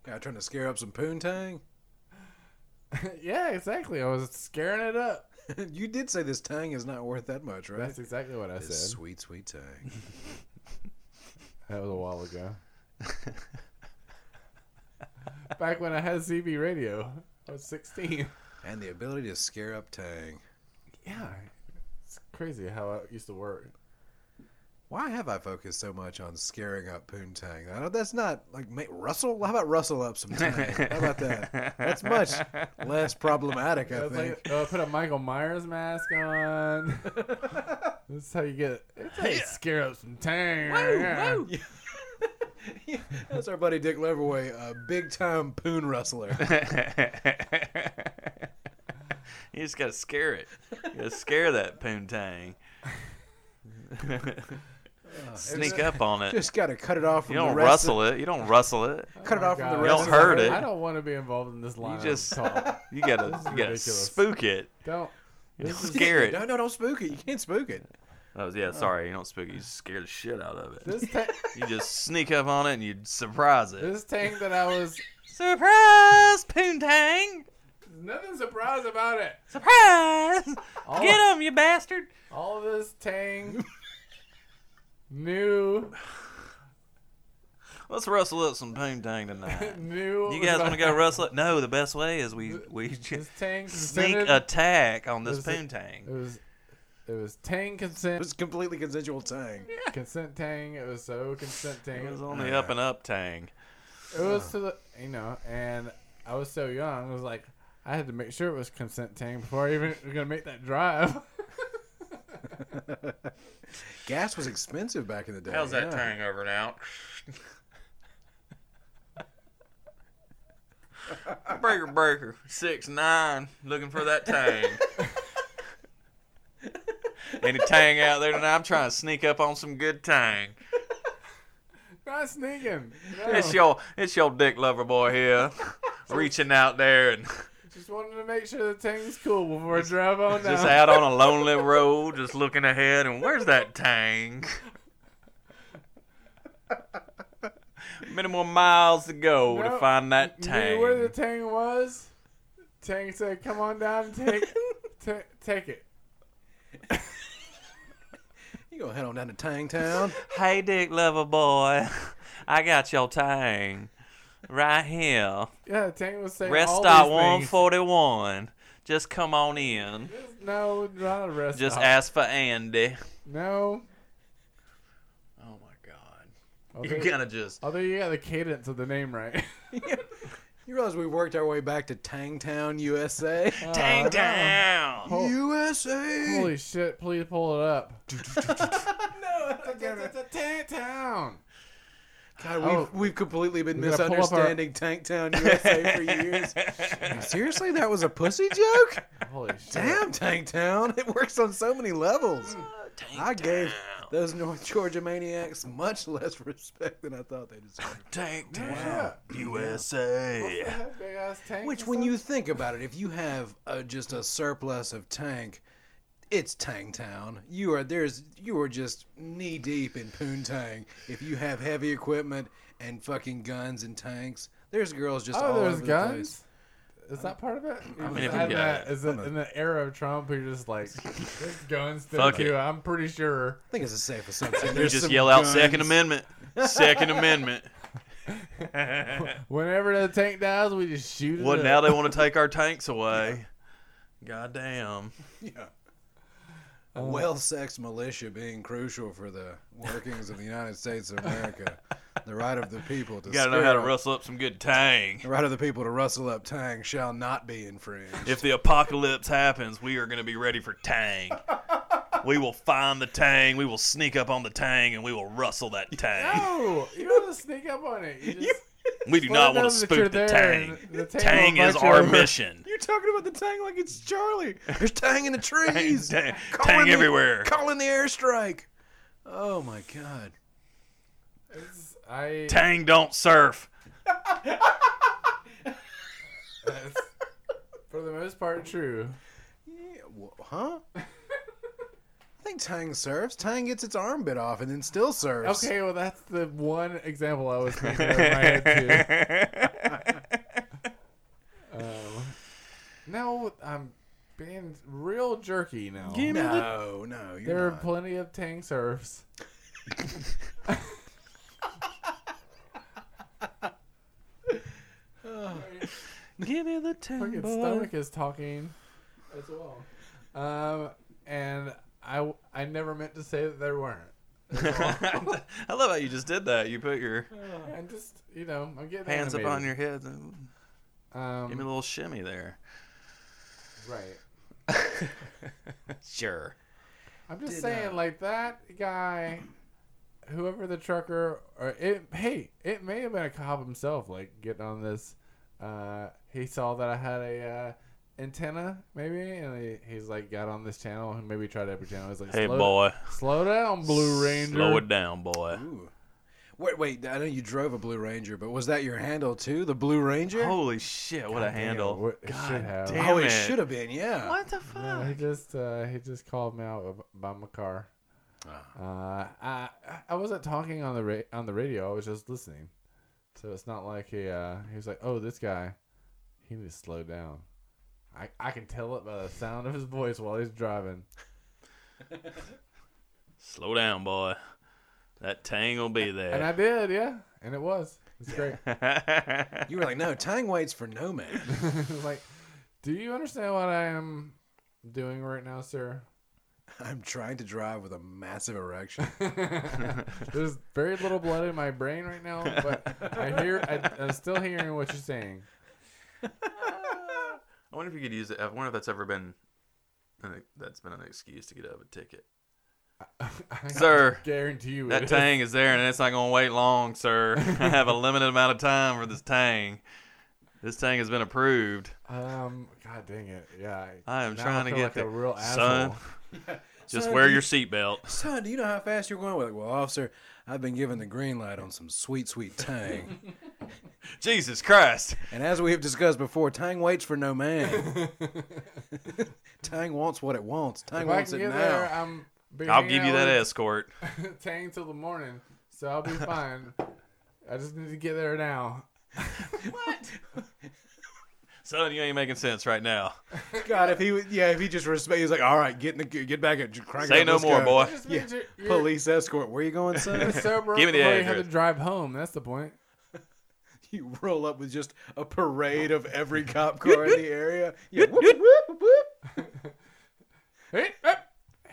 Speaker 5: Yeah, trying to scare up some poontang.
Speaker 1: yeah, exactly. I was scaring it up.
Speaker 5: you did say this tang is not worth that much, right?
Speaker 1: That's exactly what I
Speaker 5: this
Speaker 1: said.
Speaker 5: sweet, sweet tang.
Speaker 1: That was a while ago. Back when I had CB radio, I was 16.
Speaker 5: and the ability to scare up tang.
Speaker 1: Yeah, it's crazy how it used to work.
Speaker 5: Why have I focused so much on scaring up poontang? I know that's not like mate, Russell. How about Russell up some tang? How about that? That's much less problematic, I
Speaker 1: It's
Speaker 5: think.
Speaker 1: like, uh, put a Michael Myers mask on. this is how you get it's how you scare up some tang. yeah. Oh
Speaker 5: Yeah, that's our buddy Dick Leverway, a big time poon rustler.
Speaker 6: you just gotta scare it. You gotta scare that poontang. Sneak up on it.
Speaker 5: Just got to cut it off from
Speaker 6: You
Speaker 5: the
Speaker 6: don't
Speaker 5: rest.
Speaker 6: rustle it. You don't rustle it.
Speaker 5: Of, cut it
Speaker 1: my
Speaker 5: off from
Speaker 1: God.
Speaker 5: the
Speaker 1: You
Speaker 5: rest.
Speaker 6: don't
Speaker 5: of the
Speaker 6: hurt it.
Speaker 5: herd.
Speaker 1: I don't want to be involved in this line. You
Speaker 6: just-
Speaker 1: just talk.
Speaker 6: You gotta,
Speaker 1: is
Speaker 6: you gotta
Speaker 1: ridiculous.
Speaker 6: spook it.
Speaker 1: don't.
Speaker 6: You don't scare
Speaker 5: No,
Speaker 6: it.
Speaker 5: no, don't spook it. You can't spook it.
Speaker 6: Oh yeah, sorry. You don't spook it. You just scare the shit out of it.
Speaker 1: This ta-
Speaker 6: You just sneak up on it and you surprise it.
Speaker 1: this tang that I was
Speaker 6: Surprise, poontang!
Speaker 1: nothing surprised about it.
Speaker 6: Surprise!
Speaker 1: All,
Speaker 6: Get him, you bastard!
Speaker 1: all this tang new
Speaker 6: Let's rustle up some poontang tonight.
Speaker 1: new
Speaker 6: You guys want to go wrestle? it? No, the best way is we we
Speaker 1: This
Speaker 6: just
Speaker 1: tang
Speaker 6: sneak
Speaker 1: consented-
Speaker 6: attack on this
Speaker 1: Is it- It
Speaker 6: poontang.
Speaker 1: was it was tang
Speaker 5: It
Speaker 1: consent
Speaker 5: was completely consensual tang.
Speaker 1: consent tang. It was so consent tang.
Speaker 6: It was on the up and up tang.
Speaker 1: It was to the you know, and I was so young. I was like, I had to make sure it was consent tang before I even was gonna make that drive.
Speaker 5: Gas was expensive back in the day.
Speaker 1: that Yeah.
Speaker 6: tang over now? breaker, breaker, six nine, looking for that tang. Any tang out there tonight? I'm trying to sneak up on some good tang.
Speaker 1: Not sneaking. No,
Speaker 6: It's your it's your dick lover boy here, reaching out there and.
Speaker 1: just wanted to make sure the tang's cool before I drive on
Speaker 6: Just
Speaker 1: down.
Speaker 6: out on a lonely road, just looking ahead, and where's that tang? Many more miles to go to
Speaker 1: No,
Speaker 6: find that
Speaker 1: Knew where the
Speaker 6: tang.
Speaker 1: tang was. Tang said, "Come on down and take ta- take it."
Speaker 5: You gonna head on down to Tang Town?
Speaker 6: Hey, dick lover boy, I got your tang right here.
Speaker 1: Yeah, Tang was saying
Speaker 6: Rest
Speaker 1: all
Speaker 6: stop
Speaker 1: these
Speaker 6: one
Speaker 1: things.
Speaker 6: forty one. Just come on in.
Speaker 1: No, not a rest.
Speaker 6: Just
Speaker 1: stop.
Speaker 6: ask for Andy.
Speaker 1: No.
Speaker 6: Oh my
Speaker 1: Although,
Speaker 6: god! You gotta just.
Speaker 1: although you got the cadence of the name right.
Speaker 5: You realize we worked our way back to Tang Town, USA.
Speaker 1: Oh, no.
Speaker 6: Tang down!
Speaker 1: Hol-
Speaker 5: USA.
Speaker 1: Holy shit, please pull it up. no, it's a tan town.
Speaker 5: God, we've,
Speaker 1: Oh.
Speaker 5: we've completely been
Speaker 1: We gotta pull up our-
Speaker 5: misunderstanding Tank Town USA for years. Seriously, that was a pussy joke?
Speaker 1: Holy shit.
Speaker 5: Damn, Tank Town. It works on so many levels.
Speaker 6: Tang
Speaker 5: I gave
Speaker 6: down.
Speaker 5: those North Georgia maniacs much less respect than I thought they deserved.
Speaker 6: Tank Town,
Speaker 1: Yeah.
Speaker 6: USA.
Speaker 1: Big ass tank.
Speaker 5: Which,
Speaker 1: and
Speaker 5: when you
Speaker 1: stuff?
Speaker 5: think about it, if you have uh just a surplus of tank, it's Tang Town. You are there's you are just knee deep in poontang. If you have heavy equipment and fucking guns and tanks, there's girls just all
Speaker 1: Oh, there's
Speaker 5: over the place.
Speaker 1: guns? Is that part of it? I
Speaker 6: mean, if we got
Speaker 1: that,
Speaker 6: it.
Speaker 1: is it in the era of Trump, you're just like, there's guns still
Speaker 6: Fuck it.
Speaker 1: too. I'm pretty sure.
Speaker 5: I think it's a safe assumption.
Speaker 6: You
Speaker 5: There's
Speaker 6: just
Speaker 5: some
Speaker 6: yell out
Speaker 5: guns.
Speaker 6: Second Amendment. Second Amendment.
Speaker 1: Whenever the tank dies, we just shoot it.
Speaker 6: Well,
Speaker 1: up.
Speaker 6: now they want to take our tanks away. God damn.
Speaker 5: Yeah.
Speaker 6: Uh.
Speaker 5: A well-sexed militia being crucial for the workings of the United States of America, the right of the people to
Speaker 6: You gotta know how to
Speaker 5: scare-
Speaker 6: rustle up some good tang.
Speaker 5: The right of the people to rustle up tang shall not be infringed.
Speaker 6: If the apocalypse happens, we are gonna be ready for tang. We will find the tang. We will sneak up on the tang, and we will rustle that tang.
Speaker 1: No, you don't have to sneak up on it. You just,
Speaker 6: We do
Speaker 1: Well,
Speaker 6: not
Speaker 1: it
Speaker 6: want
Speaker 1: knows
Speaker 6: to
Speaker 1: that you're
Speaker 6: spook the
Speaker 1: there
Speaker 6: tang.
Speaker 1: and the tang
Speaker 6: Tang
Speaker 1: will
Speaker 6: is
Speaker 1: invite
Speaker 6: our
Speaker 1: you over.
Speaker 6: mission.
Speaker 5: You're talking about the tang like it's Charlie. There's tang in the
Speaker 6: Tang,
Speaker 5: trees.
Speaker 6: tang,
Speaker 5: Calling
Speaker 6: tang
Speaker 5: the-
Speaker 6: everywhere.
Speaker 5: Calling the airstrike. Oh my God.
Speaker 1: it's- I.
Speaker 6: Tang don't surf.
Speaker 1: That's, for the most part, true.
Speaker 5: Yeah, wh- huh? I think Tang surfs. Tang gets its arm bit off and then still surfs.
Speaker 1: Okay, well that's the one example I was thinking of in my head too. um, no, I'm being real jerky now.
Speaker 5: No, no, you're
Speaker 1: there are
Speaker 5: not.
Speaker 1: plenty of tang surfs.
Speaker 6: Give me the tang,
Speaker 1: Fucking stomach is talking as well. Um, and I w- I never meant to say that there weren't.
Speaker 6: I love how you just did that. You put your
Speaker 1: I'm just you know I'm getting
Speaker 6: hands up
Speaker 1: animated.
Speaker 6: on your head.
Speaker 1: um,
Speaker 6: Give me a little shimmy there.
Speaker 1: right.
Speaker 6: Sure.
Speaker 1: I'm just saying, like that guy, whoever the trucker, or it. Hey, it may have been a cop himself. Like getting on this, uh, he saw that I had a uh, antenna, maybe, and he, he's like got on this channel and maybe tried every channel. He's like,
Speaker 6: Hey,
Speaker 1: slow,
Speaker 6: boy.
Speaker 1: slow down, Blue Ranger.
Speaker 6: Slow it down, boy.
Speaker 5: Ooh. Wait, wait. I know you drove a Blue Ranger, but was that your handle too? The Blue Ranger?
Speaker 6: Holy shit, what a
Speaker 1: Damn,
Speaker 6: handle.
Speaker 1: what- it should have.
Speaker 6: Oh, damn.
Speaker 5: Oh, it,
Speaker 6: it.
Speaker 5: should have been. Yeah.
Speaker 6: What the fuck?
Speaker 1: Yeah, he just uh, he just called me out ab- about my car. Uh, I I wasn't talking on the ra- on the radio. I was just listening, so it's not like he uh, he was like, "Oh, this guy, he needs to slow down." I I can tell it by the sound of his voice while he's driving.
Speaker 6: Slow down, boy. That tang will be
Speaker 1: And I
Speaker 6: there.
Speaker 1: did, yeah, and it was. It's great.
Speaker 5: You were like, no, Tang waits for no man.
Speaker 1: It was like, do you understand what I am doing right now, sir?
Speaker 5: I'm trying to drive with a massive erection.
Speaker 1: There's very little blood in my brain right now, but I hear I, I'm still hearing what you're saying.
Speaker 6: I wonder if you could use it. I wonder if that's ever been an- e, that's been an excuse to get out of a ticket. Sir,
Speaker 1: Guarantee you it
Speaker 6: that
Speaker 1: is.
Speaker 6: tang is there, and it's not gonna wait long, sir. I have a limited amount of time for this tang. This tang has been approved.
Speaker 1: Um, god dang it. Yeah.
Speaker 6: I am
Speaker 1: now
Speaker 6: trying to
Speaker 1: feel
Speaker 6: get
Speaker 1: like
Speaker 6: there.
Speaker 1: a real
Speaker 6: Son.
Speaker 1: asshole.
Speaker 6: Just
Speaker 5: Sir,
Speaker 6: wear
Speaker 5: do
Speaker 6: your
Speaker 5: you-
Speaker 6: seatbelt.
Speaker 5: Son, do you know how fast you're going? We're like, well, officer, I've been given the green light on some sweet, sweet Tang.
Speaker 6: Jesus Christ!
Speaker 5: and as we have discussed before, Tang waits for no man. Tang wants what it wants. Tang
Speaker 1: If I
Speaker 5: wants
Speaker 1: can
Speaker 5: it
Speaker 1: get
Speaker 5: now.
Speaker 1: there, I'm be
Speaker 6: I'll
Speaker 1: hanging
Speaker 6: give you
Speaker 1: out
Speaker 6: that
Speaker 1: with
Speaker 6: escort.
Speaker 1: Tang till the morning, so I'll be fine. I just need to get there now.
Speaker 6: Son, you ain't making sense right now.
Speaker 5: God, if he would, yeah, if he just respect, he's like, all right, get in the, get back at, crank it
Speaker 6: Say
Speaker 5: up,
Speaker 6: no
Speaker 5: let's
Speaker 6: more,
Speaker 5: go."
Speaker 6: boy.
Speaker 1: Just
Speaker 5: Yeah,
Speaker 1: means you're, you're,
Speaker 5: Police escort, where you going, son?
Speaker 1: you're sober
Speaker 6: Give
Speaker 1: up
Speaker 6: me the
Speaker 1: before you have to
Speaker 6: address.
Speaker 1: drive home. That's the point.
Speaker 5: you roll up with just a parade of every cop car in the area. Yeah, whoop, whoop, whoop, whoop.
Speaker 1: Hey, hey,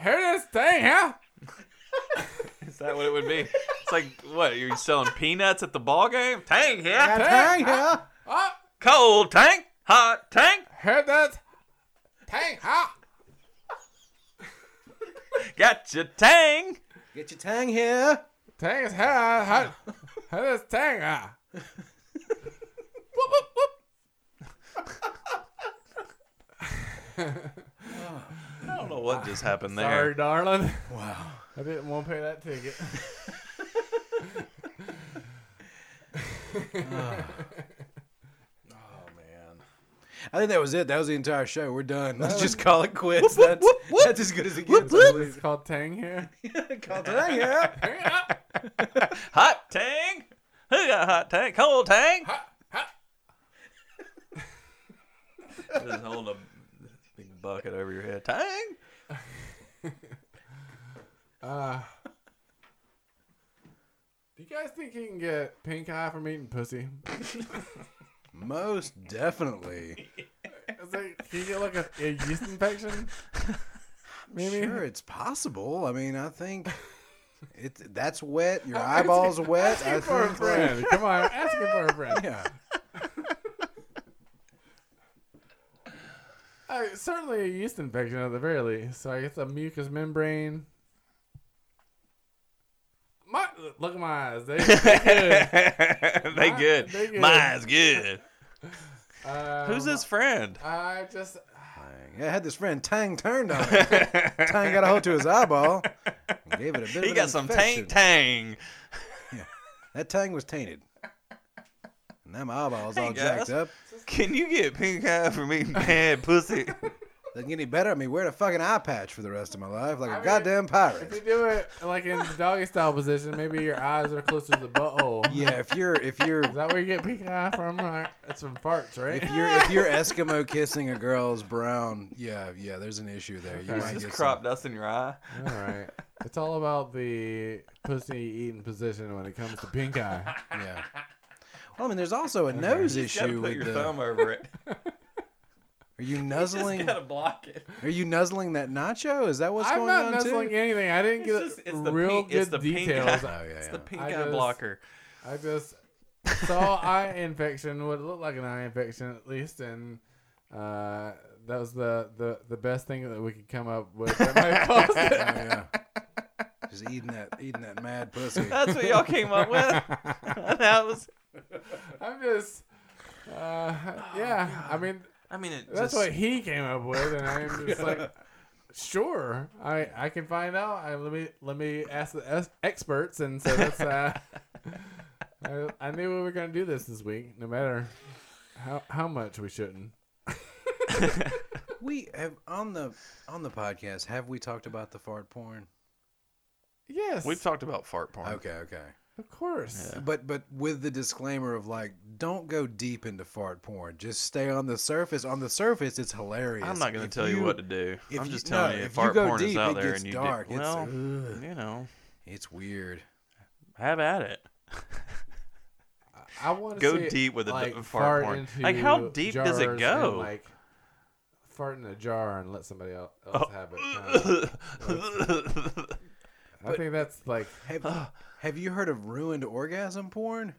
Speaker 1: here it is, Tang, huh?
Speaker 6: Is that what it would be? It's like what? You're selling peanuts at the ball game? Tang, yeah.
Speaker 5: Tang, huh?
Speaker 1: Oh,
Speaker 6: Cold tank, hot tank.
Speaker 1: here it is. Tang, huh?
Speaker 6: Got your tang.
Speaker 5: Get your tang here.
Speaker 1: Tang is hot. hot. Here it is, Tang, huh? whoop, whoop, whoop.
Speaker 6: I don't know what just happened
Speaker 1: Sorry,
Speaker 6: there.
Speaker 1: darling.
Speaker 5: Wow.
Speaker 1: I didn't want to pay that ticket.
Speaker 5: I think that was it. That was the entire show. We're done. Let's just call it quits. that's, that's as good as it gets.
Speaker 1: It's called Tang here.
Speaker 5: Call tang here.
Speaker 6: Hot tang. Who got hot tang? Cold tang. just holding a big bucket over your head. Tang.
Speaker 1: Do you guys think you can get pink eye from eating pussy?
Speaker 5: Most definitely.
Speaker 1: It's like, can you get like a, a yeast infection? Maybe.
Speaker 5: Sure, it's possible. I mean, I think it. That's wet. Your eyeballs are wet. I
Speaker 1: Asking for a
Speaker 5: think. like-
Speaker 1: friend. Come on, asking for a friend.
Speaker 5: Yeah.
Speaker 1: Uh, certainly a yeast infection at the very least. So I guess a mucous membrane. My look at my eyes. They, they
Speaker 6: they good.
Speaker 1: they good.
Speaker 6: Mine's good.
Speaker 1: good. Um,
Speaker 6: Who's this friend?
Speaker 1: I just
Speaker 5: Yeah, I had this friend Tang turned on him. Tang got a hold to his eyeball. and Gave it a bit of
Speaker 6: He
Speaker 5: an
Speaker 6: got some
Speaker 5: infection.
Speaker 6: tang tang.
Speaker 5: That Tang was tainted. And now my eyeball's all
Speaker 6: guys.
Speaker 5: jacked up.
Speaker 6: Can you get pink eye from eating bad pussy?
Speaker 5: Doesn't get any better. I mean, wearing a fucking eye patch for the rest of my life, like a goddamn pirate.
Speaker 1: If you do it like in the doggy style position, maybe your eyes are closer to the butthole.
Speaker 5: yeah, if you're if you're
Speaker 1: Is that where you get pink eye from? Right? That's from farts, right?
Speaker 5: if you're if you're Eskimo kissing a girl's brown, yeah, yeah, there's an issue there. You
Speaker 1: It's just
Speaker 5: might get
Speaker 3: Just
Speaker 5: some-
Speaker 3: crop dust in your eye.
Speaker 1: All right. It's all about the pussy eating position when it comes to pink eye.
Speaker 5: Yeah. Well, I mean, there's also a nose
Speaker 3: You gotta
Speaker 5: issue
Speaker 3: put
Speaker 5: with
Speaker 3: your
Speaker 5: the.
Speaker 3: thumb over it.
Speaker 5: Are you nuzzling?
Speaker 3: Just gotta block it.
Speaker 5: Are you nuzzling that nacho? Is that what's
Speaker 1: I'm
Speaker 5: going
Speaker 1: not
Speaker 5: on
Speaker 1: nuzzling
Speaker 5: too?
Speaker 1: anything. I didn't
Speaker 3: It's
Speaker 1: get
Speaker 3: just- it's the
Speaker 1: real
Speaker 3: pink-
Speaker 1: good
Speaker 3: it's the pink
Speaker 1: details.
Speaker 3: eye.
Speaker 5: Oh yeah,
Speaker 3: It's
Speaker 5: yeah.
Speaker 3: the pink
Speaker 1: I
Speaker 3: eye
Speaker 1: just-
Speaker 3: blocker.
Speaker 1: I just saw eye infection, what looked like an eye infection at least, and uh, that was the, the, the best thing that we could come up with. That might cost it.
Speaker 5: Oh, yeah. Just eating that, eating that mad pussy.
Speaker 3: That's what y'all came up with. that was.
Speaker 1: I'm just, uh, yeah.
Speaker 3: Oh,
Speaker 1: I mean,
Speaker 3: I mean, it
Speaker 1: that's
Speaker 3: just,
Speaker 1: what he came up with, and I'm just like, sure, I I can find out. I, let me let me ask the es- experts, and so that's. Uh, I, I knew we were gonna do this this week, no matter how how much we shouldn't.
Speaker 5: We have on the on the podcast. Have we talked about the fart porn?
Speaker 1: Yes,
Speaker 6: We've talked about fart porn.
Speaker 5: Okay, okay.
Speaker 1: of course.
Speaker 5: But but with the disclaimer of like, don't go deep into fart porn. Just stay on the surface. On the surface, it's hilarious.
Speaker 6: I'm not going
Speaker 5: If
Speaker 6: to tell you,
Speaker 5: you
Speaker 6: what to do.
Speaker 5: if
Speaker 6: I'm
Speaker 5: you-
Speaker 6: just
Speaker 5: no,
Speaker 6: telling you,
Speaker 5: if you
Speaker 6: fart
Speaker 5: go
Speaker 6: porn is
Speaker 5: deep,
Speaker 6: out
Speaker 5: it
Speaker 6: there,
Speaker 5: gets
Speaker 6: and you
Speaker 5: dark.
Speaker 6: do.
Speaker 5: It's-
Speaker 6: Well,
Speaker 5: ugh.
Speaker 6: you know,
Speaker 5: It's weird.
Speaker 6: have at it.
Speaker 1: I want to
Speaker 6: Go
Speaker 1: see it,
Speaker 6: deep with a
Speaker 1: like,
Speaker 6: d- fart
Speaker 1: fart
Speaker 6: porn.
Speaker 1: into
Speaker 6: Like, how deep does it
Speaker 1: jars and,
Speaker 6: go?
Speaker 1: like fart in a jar and let somebody el- else
Speaker 6: Oh.
Speaker 1: have it. kinda.
Speaker 6: I
Speaker 1: I think that's like
Speaker 5: Have, have you heard of ruined orgasm porn?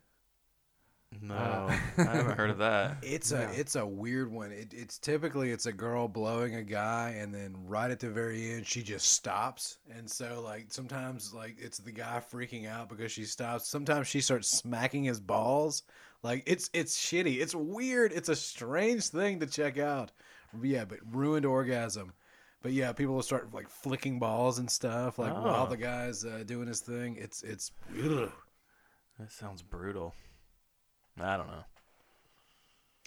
Speaker 6: No, I haven't heard of that.
Speaker 5: It's a it's a weird one. It, it's typically it's a girl blowing a guy, and then right at the very end, she just stops. And so like sometimes like it's the guy freaking out because she stops. Sometimes she starts smacking his balls. Like it's it's shitty. It's weird. It's a strange thing to check out. Yeah, but ruined orgasm. But yeah, people will start like flicking balls and stuff like while
Speaker 6: Oh.
Speaker 5: the guy's uh, doing his thing. It's it's ugh.
Speaker 6: That sounds brutal. I don't know.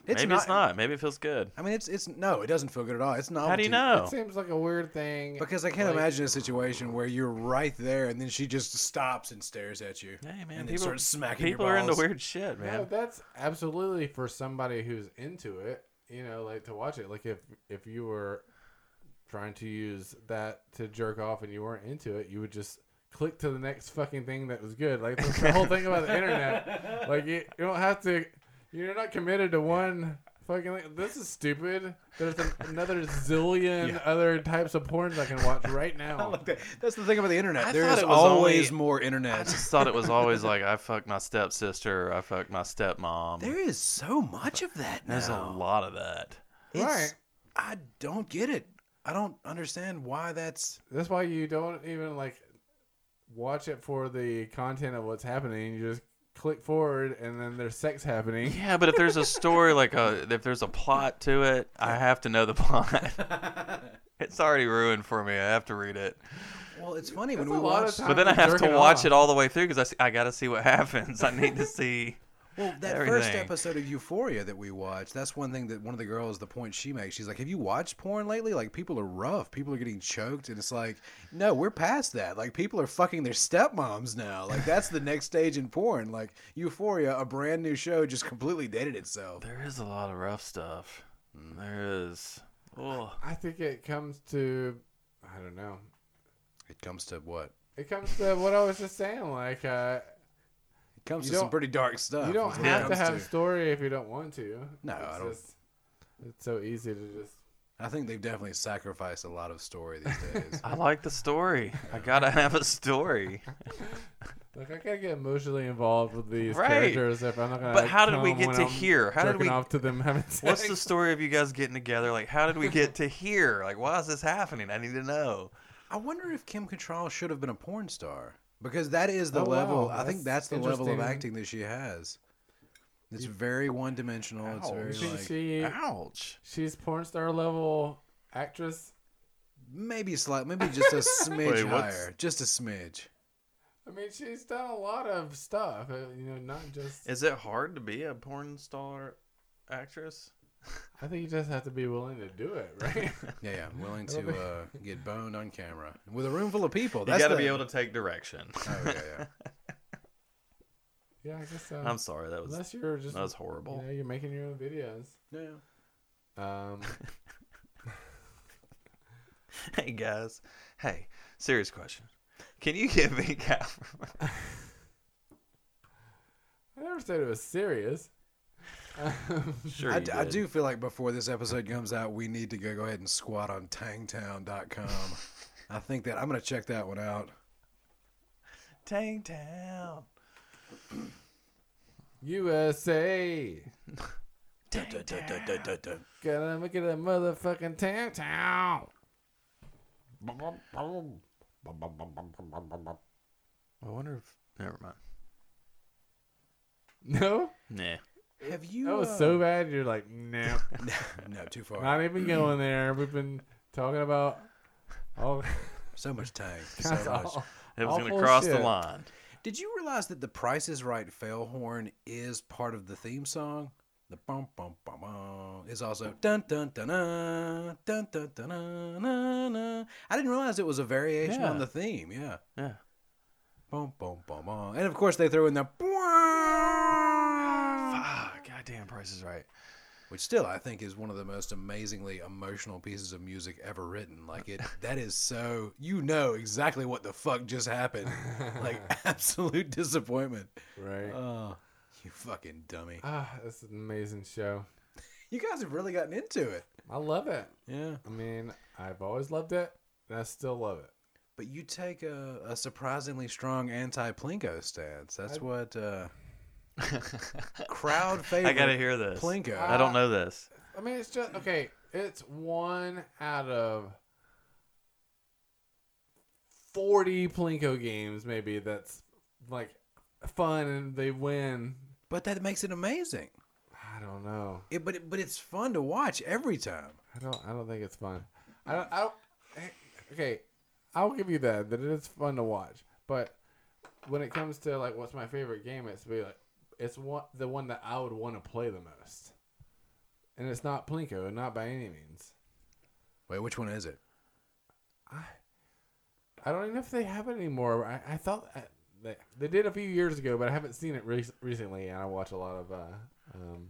Speaker 5: it's
Speaker 6: Maybe it's not. Maybe it feels good.
Speaker 5: I mean, it's it's no, it doesn't feel good at all. Oh, It's not.
Speaker 6: How do you know?
Speaker 1: it seems like a weird thing.
Speaker 5: Because I can't
Speaker 1: like-
Speaker 5: imagine a situation where you're right there and then she just stops and stares at you.
Speaker 6: Hey man,
Speaker 5: and then
Speaker 6: people,
Speaker 5: starts smacking
Speaker 6: people
Speaker 5: your
Speaker 6: are
Speaker 5: balls.
Speaker 6: into weird shit,
Speaker 1: No,
Speaker 6: man.
Speaker 1: that's absolutely for somebody who's into it. You know, like to watch it. Like if if you were trying to use that to jerk off and you weren't into it, you would just click to the next fucking thing that was good. Like that's the whole thing about the internet. Like you, you don't have to. You're not committed to one. Fucking, like, this is stupid. There's an, another zillion other types of porns I can watch right now.
Speaker 5: That- That's the thing about the internet.
Speaker 6: I
Speaker 5: there
Speaker 6: thought
Speaker 5: is
Speaker 6: it was only-
Speaker 5: always more
Speaker 6: I
Speaker 5: internet.
Speaker 6: just thought it was always like I fucked my stepsister, or I fucked my stepmom.
Speaker 5: There is so much of that now.
Speaker 6: There's a lot of that.
Speaker 5: It's-
Speaker 1: Right.
Speaker 5: I don't get it. I don't understand why that's.
Speaker 1: That's why you don't even like watch it for the content of what's happening. You just click forward, and then there's sex happening.
Speaker 6: Yeah, but if there's a story, like a if there's a plot to it, I have to know the plot. it's already ruined for me. I have to read it,
Speaker 5: Well, it's funny when
Speaker 1: That's
Speaker 5: we
Speaker 1: a lot of
Speaker 5: watch.
Speaker 1: time.
Speaker 6: but then I
Speaker 1: I'm
Speaker 6: have to
Speaker 1: jerking
Speaker 6: watch
Speaker 1: off.
Speaker 6: it all the way through because I, see- I got to see what happens. I need to see.
Speaker 5: Well, that first
Speaker 6: Everything.
Speaker 5: episode of Euphoria that we watched, that's one thing that one of the girls, the point she makes, she's like, Have you watched porn lately? Like, people are rough. People are getting choked. And it's like, No, we're past that. Like, people are fucking their stepmoms now. Like, that's the next stage in porn. Like, Euphoria, a brand new show, just completely dated itself.
Speaker 6: There is a lot of rough stuff. Mm, There is. Oh,
Speaker 1: I think it comes to, I don't know.
Speaker 5: It comes to what?
Speaker 1: It comes to what I was just saying. Like uh,
Speaker 5: It comes
Speaker 1: You
Speaker 5: to some
Speaker 1: don't-
Speaker 5: pretty dark stuff.
Speaker 1: you don't
Speaker 5: is what it
Speaker 1: have to
Speaker 5: comes
Speaker 1: have a story if you don't want to.
Speaker 5: No,
Speaker 1: it's
Speaker 5: I don't-
Speaker 1: Just, it's so easy to just.
Speaker 5: I think they've definitely sacrificed a lot of story these days.
Speaker 6: I like the story. I gotta have a story.
Speaker 1: Like I gotta get emotionally involved with these
Speaker 6: Right.
Speaker 1: characters if I'm not gonna.
Speaker 6: But how did we
Speaker 1: come
Speaker 6: get
Speaker 1: when
Speaker 6: to
Speaker 1: I'm
Speaker 6: here? How did
Speaker 1: jerking
Speaker 6: we-
Speaker 1: off to them having sex?
Speaker 6: What's the story of you guys getting together? Like, how did we get to here? Like, why is this happening? I need to know.
Speaker 5: I wonder if Kim Cattrall should have been a porn star because that is the
Speaker 1: Oh, wow.
Speaker 5: level. I think
Speaker 1: That's
Speaker 5: that's the level of
Speaker 1: interesting.
Speaker 5: acting that she has. It's very one dimensional. It's
Speaker 6: Ow.
Speaker 5: very
Speaker 1: You think
Speaker 5: like
Speaker 1: she,
Speaker 6: Ouch.
Speaker 1: she's porn star level actress.
Speaker 5: maybe slight, maybe just a smidge
Speaker 6: Wait, what's-
Speaker 5: higher, just a smidge.
Speaker 1: I mean, she's done a lot of stuff. uh, You know, not just.
Speaker 6: Is it hard to be a porn star actress?
Speaker 1: I think you just have to be willing to do it, right?
Speaker 5: Yeah, yeah. Willing to uh, get boned on camera with a room full of people.
Speaker 6: You
Speaker 5: That's
Speaker 6: got to
Speaker 5: the-
Speaker 6: be able to take direction.
Speaker 5: Oh, yeah, yeah.
Speaker 1: yeah, I guess so.
Speaker 6: I'm sorry, that was
Speaker 1: Unless you're just
Speaker 6: that was
Speaker 1: you
Speaker 6: horrible.
Speaker 1: know, you're making your own videos.
Speaker 5: yeah, yeah.
Speaker 1: Um,
Speaker 6: Hey guys, hey, serious question. Can you give me cow?
Speaker 1: I never said it was serious. Um,
Speaker 6: sure,
Speaker 5: I,
Speaker 6: you
Speaker 5: d- I
Speaker 6: did.
Speaker 5: do feel like before this episode comes out, we need to go, go ahead and squat on tangtown.com. I think that I'm going to check that one out.
Speaker 6: Tang Town.
Speaker 1: USA.
Speaker 5: Dun, dun, dun, dun, dun, dun, dun.
Speaker 1: Gotta make it a motherfucking town town.
Speaker 6: I wonder if. Never mind.
Speaker 1: No?
Speaker 6: Nah.
Speaker 5: Have you.
Speaker 1: That was
Speaker 5: uh,
Speaker 1: so bad. You're like, no,
Speaker 5: No, too far.
Speaker 1: not even going there. We've been talking about all
Speaker 5: so much tang. So
Speaker 1: kinds
Speaker 5: much.
Speaker 1: of.
Speaker 6: It was going to
Speaker 1: Awful
Speaker 6: cross the
Speaker 1: shit.
Speaker 6: line.
Speaker 5: Did you realize that the Price is Right fail horn is part of the theme song? The bum bum bum bum is also dun dun dun dun dun dun dun dun, dun, dun. I didn't realize it was a variation on
Speaker 6: Yeah.
Speaker 5: the theme. Yeah.
Speaker 6: Yeah.
Speaker 5: Bum bum bum bum. And of course they throw in the
Speaker 6: Ah, goddamn, Price is right.
Speaker 5: which still I think is one of the most amazingly emotional pieces of music ever written. Like it that is so you know exactly what the fuck just happened. Like absolute disappointment.
Speaker 1: Right.
Speaker 5: Oh, you fucking dummy.
Speaker 1: ah, this is an amazing show.
Speaker 5: You guys have really gotten into it.
Speaker 1: I love it.
Speaker 5: Yeah.
Speaker 1: I mean, I've always loved it, and I still love it.
Speaker 5: But you take a, a surprisingly strong anti Plinko stance. That's what uh, crowd favorite.
Speaker 6: I got to hear this.
Speaker 5: Plinko.
Speaker 6: I don't know this.
Speaker 1: I mean, it's just okay. It's one out of forty Plinko games, maybe that's like fun and they win.
Speaker 5: But that makes it amazing.
Speaker 1: I don't know.
Speaker 5: It, but it, but it's fun to watch every time.
Speaker 1: I don't. I don't think it's fun. I don't. I don't eh, okay, I'll give you that. That it is fun to watch, but when it comes to like what's my favorite game, it's be like it's one the one that I would want to play the most, and it's not Plinko, not by any means.
Speaker 5: Wait, which one is it?
Speaker 1: I don't even know if they have it anymore. I, I thought I, they, they did a few years ago, but I haven't seen it rec- recently. And I watch a lot of uh, um,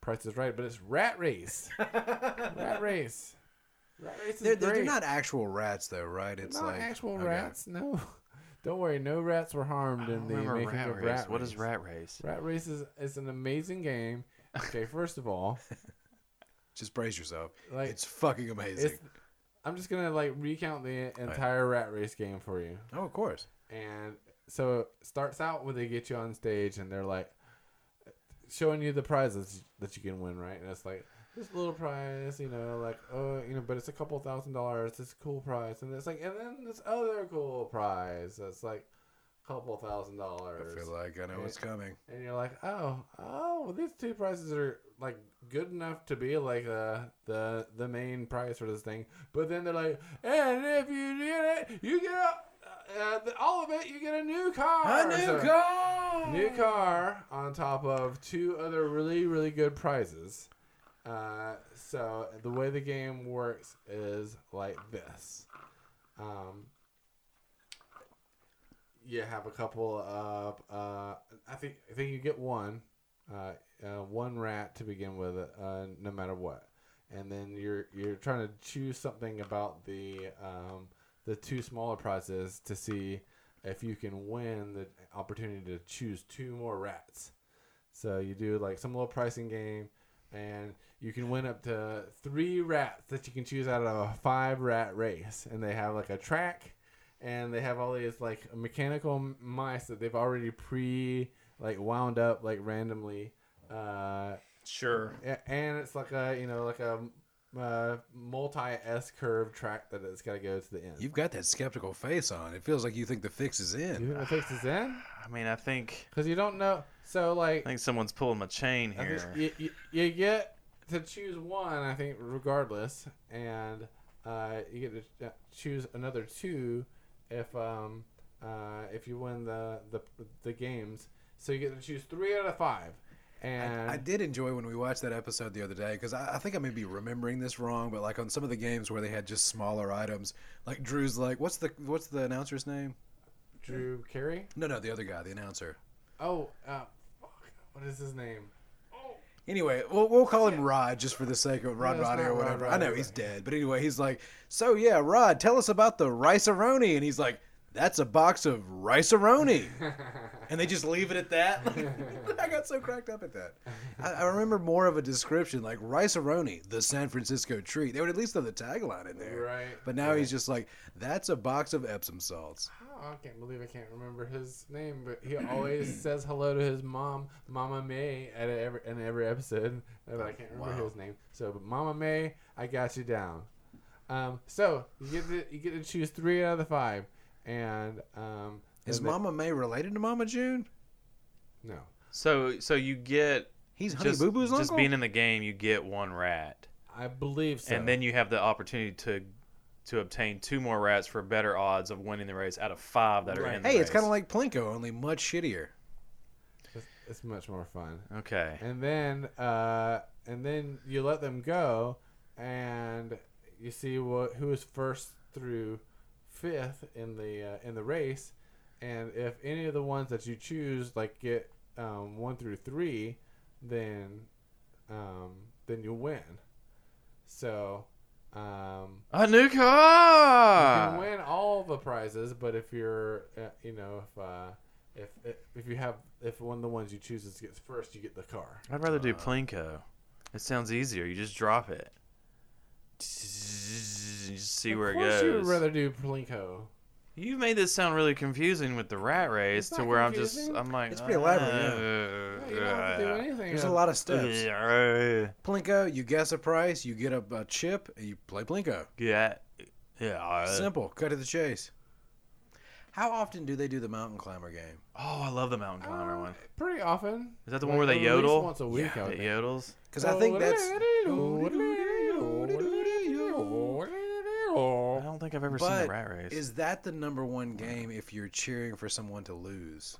Speaker 1: Price is Right, but it's Rat Race. Rat Race. Rat Race is
Speaker 5: They're, they're, they're
Speaker 1: great.
Speaker 5: not actual rats, though, right? It's
Speaker 1: Not
Speaker 5: like
Speaker 1: actual
Speaker 5: okay.
Speaker 1: rats. No, don't worry. No rats were harmed in the making of Rat Race.
Speaker 6: What is Rat Race?
Speaker 1: Rat Race is, is an amazing game. Okay, first of all,
Speaker 5: Just brace yourself.
Speaker 1: Like-
Speaker 5: it's fucking amazing.
Speaker 1: it's, I'm just gonna like recount the entire Rat Race game for you.
Speaker 5: oh, of course.
Speaker 1: And so it starts out when they get you on stage and they're like showing you the prizes that you can win, right? And it's like this little prize, you know, like oh, you know, but it's a couple thousand dollars. This cool prize, and it's like, and then this other cool prize that's like a couple thousand
Speaker 5: I
Speaker 1: dollars.
Speaker 5: feel like I know what's coming.
Speaker 1: and you're like, oh, oh, well, these two prizes are like good enough to be like the the the main prize for this thing. But then they're like, and if you get it, you get a, uh, the, all of it. You get a new car.
Speaker 5: A new
Speaker 1: So-
Speaker 5: car.
Speaker 1: New car on top of two other really really good prizes. Uh, so the way the game works is like this. Um, you have a couple of uh, I think I think you get one, uh, uh, one rat to begin with, uh, no matter what, and then you're you're trying to choose something about the um, the two smaller prizes to see if you can win the opportunity to choose two more rats. So you do like some little pricing game, and you can win up to three rats that you can choose out of a five rat race. And they have like a track, and they have all these like mechanical m- mice that they've already pre like wound up like randomly. Uh,
Speaker 6: Sure.
Speaker 1: a- and it's like a you know like a uh, multi S curve track that it's got to go to the end.
Speaker 5: You've got that skeptical face on. It feels like you think the fix is
Speaker 1: you
Speaker 5: in.
Speaker 1: think the fix is in?
Speaker 6: I mean, I think
Speaker 1: Because you don't know. So like,
Speaker 6: I think someone's pulling my chain
Speaker 1: I think
Speaker 6: here.
Speaker 1: you, you, you get to choose one, I think, regardless, and uh, you get to uh, choose another two if um, uh, if you win the, the the games. So you get to choose three out of five, And
Speaker 5: I did enjoy when we watched that episode the other day because I, I think I may be remembering this wrong, but like on some of the games where they had just smaller items, like Drew's like, what's the what's the announcer's name?
Speaker 1: Drew Carey.
Speaker 5: No, no, the other guy, the announcer.
Speaker 1: Oh, uh, fuck, what is his name?
Speaker 5: Anyway, we'll, we'll call him Rod just for the sake of Rod
Speaker 1: No, it's
Speaker 5: Roddy
Speaker 1: not
Speaker 5: or
Speaker 1: Rod
Speaker 5: whatever. I
Speaker 1: Roddy,
Speaker 5: know
Speaker 1: but-
Speaker 5: he's dead, but anyway, he's like, so yeah, Rod, tell us about the rice-a-roni. and he's like, that's a box of rice-a-roni. and they just leave it at that. I got so cracked up at that. I, I remember more of a description like rice-a-roni, the San Francisco treat. They would at least throw the tagline in there,
Speaker 1: Right,
Speaker 5: But now he's just like, that's a box of Epsom salts.
Speaker 1: Oh, I can't believe I can't remember his name, but he always says hello to his mom, Mama May, at every in every episode. But I can't remember his name. So, but Mama May, I got you down. Um, so you get to you get to choose three out of the five, and um,
Speaker 5: Is
Speaker 1: they-
Speaker 5: Mama May related to Mama June?
Speaker 1: no.
Speaker 6: So so you get
Speaker 5: He's Honey
Speaker 6: just,
Speaker 5: Boo Boo's
Speaker 6: just
Speaker 5: uncle.
Speaker 6: being in the game, you get one rat,
Speaker 1: I believe so.
Speaker 6: and then you have the opportunity to to obtain two more rats for better odds of winning the race out of five that are in. The
Speaker 5: hey, it's
Speaker 6: race.
Speaker 5: kind of like Plinko, only much shittier.
Speaker 1: it's, it's much more fun.
Speaker 6: okay.
Speaker 1: and then uh, and then you let them go, and you see what who is first through fifth in the uh, in the race, and if any of the ones that you choose like get um, one through three, then um, then you win. So. Um, you can
Speaker 6: Anuka.
Speaker 1: win all the prizes, but if you're, uh, you know, if uh, if if you have if one of the ones you choose is gets first, you get the car.
Speaker 6: I'd rather do Plinko. It sounds easier. You just drop it. You just see where it
Speaker 1: Of course
Speaker 6: goes.
Speaker 1: you would rather do Plinko.
Speaker 6: You made this sound really confusing with the rat race
Speaker 1: It's
Speaker 6: to
Speaker 1: not
Speaker 6: where I'm
Speaker 1: confusing.
Speaker 6: just I'm like "Uh,
Speaker 5: It's pretty elaborate, yeah.
Speaker 1: You don't have to do anything.
Speaker 5: There's a lot of steps.
Speaker 6: Yeah.
Speaker 5: Plinko, you guess a price, you get a, a chip, and you play Plinko.
Speaker 6: Yeah. Yeah.
Speaker 5: Simple, cut to the chase. How often do they do the mountain climber game?
Speaker 6: Oh, I love the mountain
Speaker 5: Um,
Speaker 6: climber one.
Speaker 1: Pretty often.
Speaker 6: Is that the one where they
Speaker 1: at least
Speaker 6: yodel?
Speaker 1: once a week, I
Speaker 6: Yeah,
Speaker 1: would
Speaker 6: it yodels.
Speaker 5: Because I think that's
Speaker 6: I don't think I've ever seen the
Speaker 5: But
Speaker 6: rat race.
Speaker 5: is that the number one game if you're cheering for someone to lose?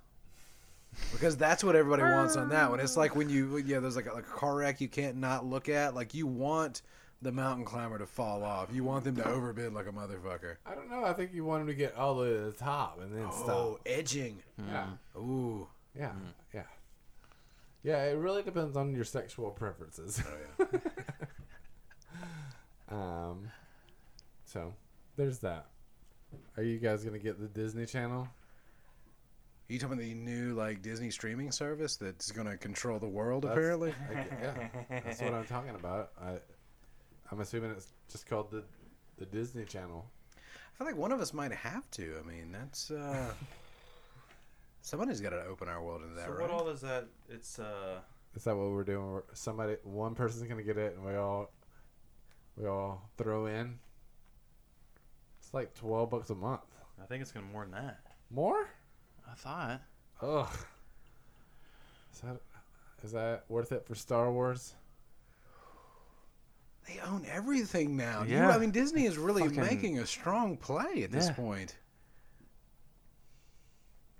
Speaker 5: Because that's what everybody wants on that one. It's like when you yeah, there's like a, like a car wreck you can't not look at. Like you want the mountain climber to fall off. You want them to overbid like a motherfucker.
Speaker 1: I don't know. I think you want him to get all the way to the top and then
Speaker 5: Oh, mm.
Speaker 1: stop.
Speaker 5: edging.
Speaker 1: Yeah,
Speaker 5: Ooh.
Speaker 1: yeah,
Speaker 6: Mm.
Speaker 1: yeah, yeah. It really depends on your sexual preferences.
Speaker 6: Oh,
Speaker 1: um, so there's that. Are you guys gonna get the Disney Channel?
Speaker 5: You talking about the new like Disney streaming service that's gonna control the world? apparently,
Speaker 1: I g- yeah, that's what I'm talking about. I, I'm assuming it's just called the the Disney Channel.
Speaker 5: I feel like one of us might have to. I mean, that's uh, somebody's got to open our world into that, right?
Speaker 6: is that? It's uh.
Speaker 1: Is that what we're doing? We're, somebody, one person's gonna get it, and we all, we all throw in. It's like twelve bucks a month.
Speaker 6: I think it's gonna more than that.
Speaker 1: More?
Speaker 6: I thought.
Speaker 1: Ugh. Is that, is that worth it for Star Wars?
Speaker 5: they own everything now. You-
Speaker 6: Yeah.
Speaker 5: I mean, Disney is really
Speaker 6: Fucking-
Speaker 5: making a strong play at this
Speaker 6: Yeah.
Speaker 5: point.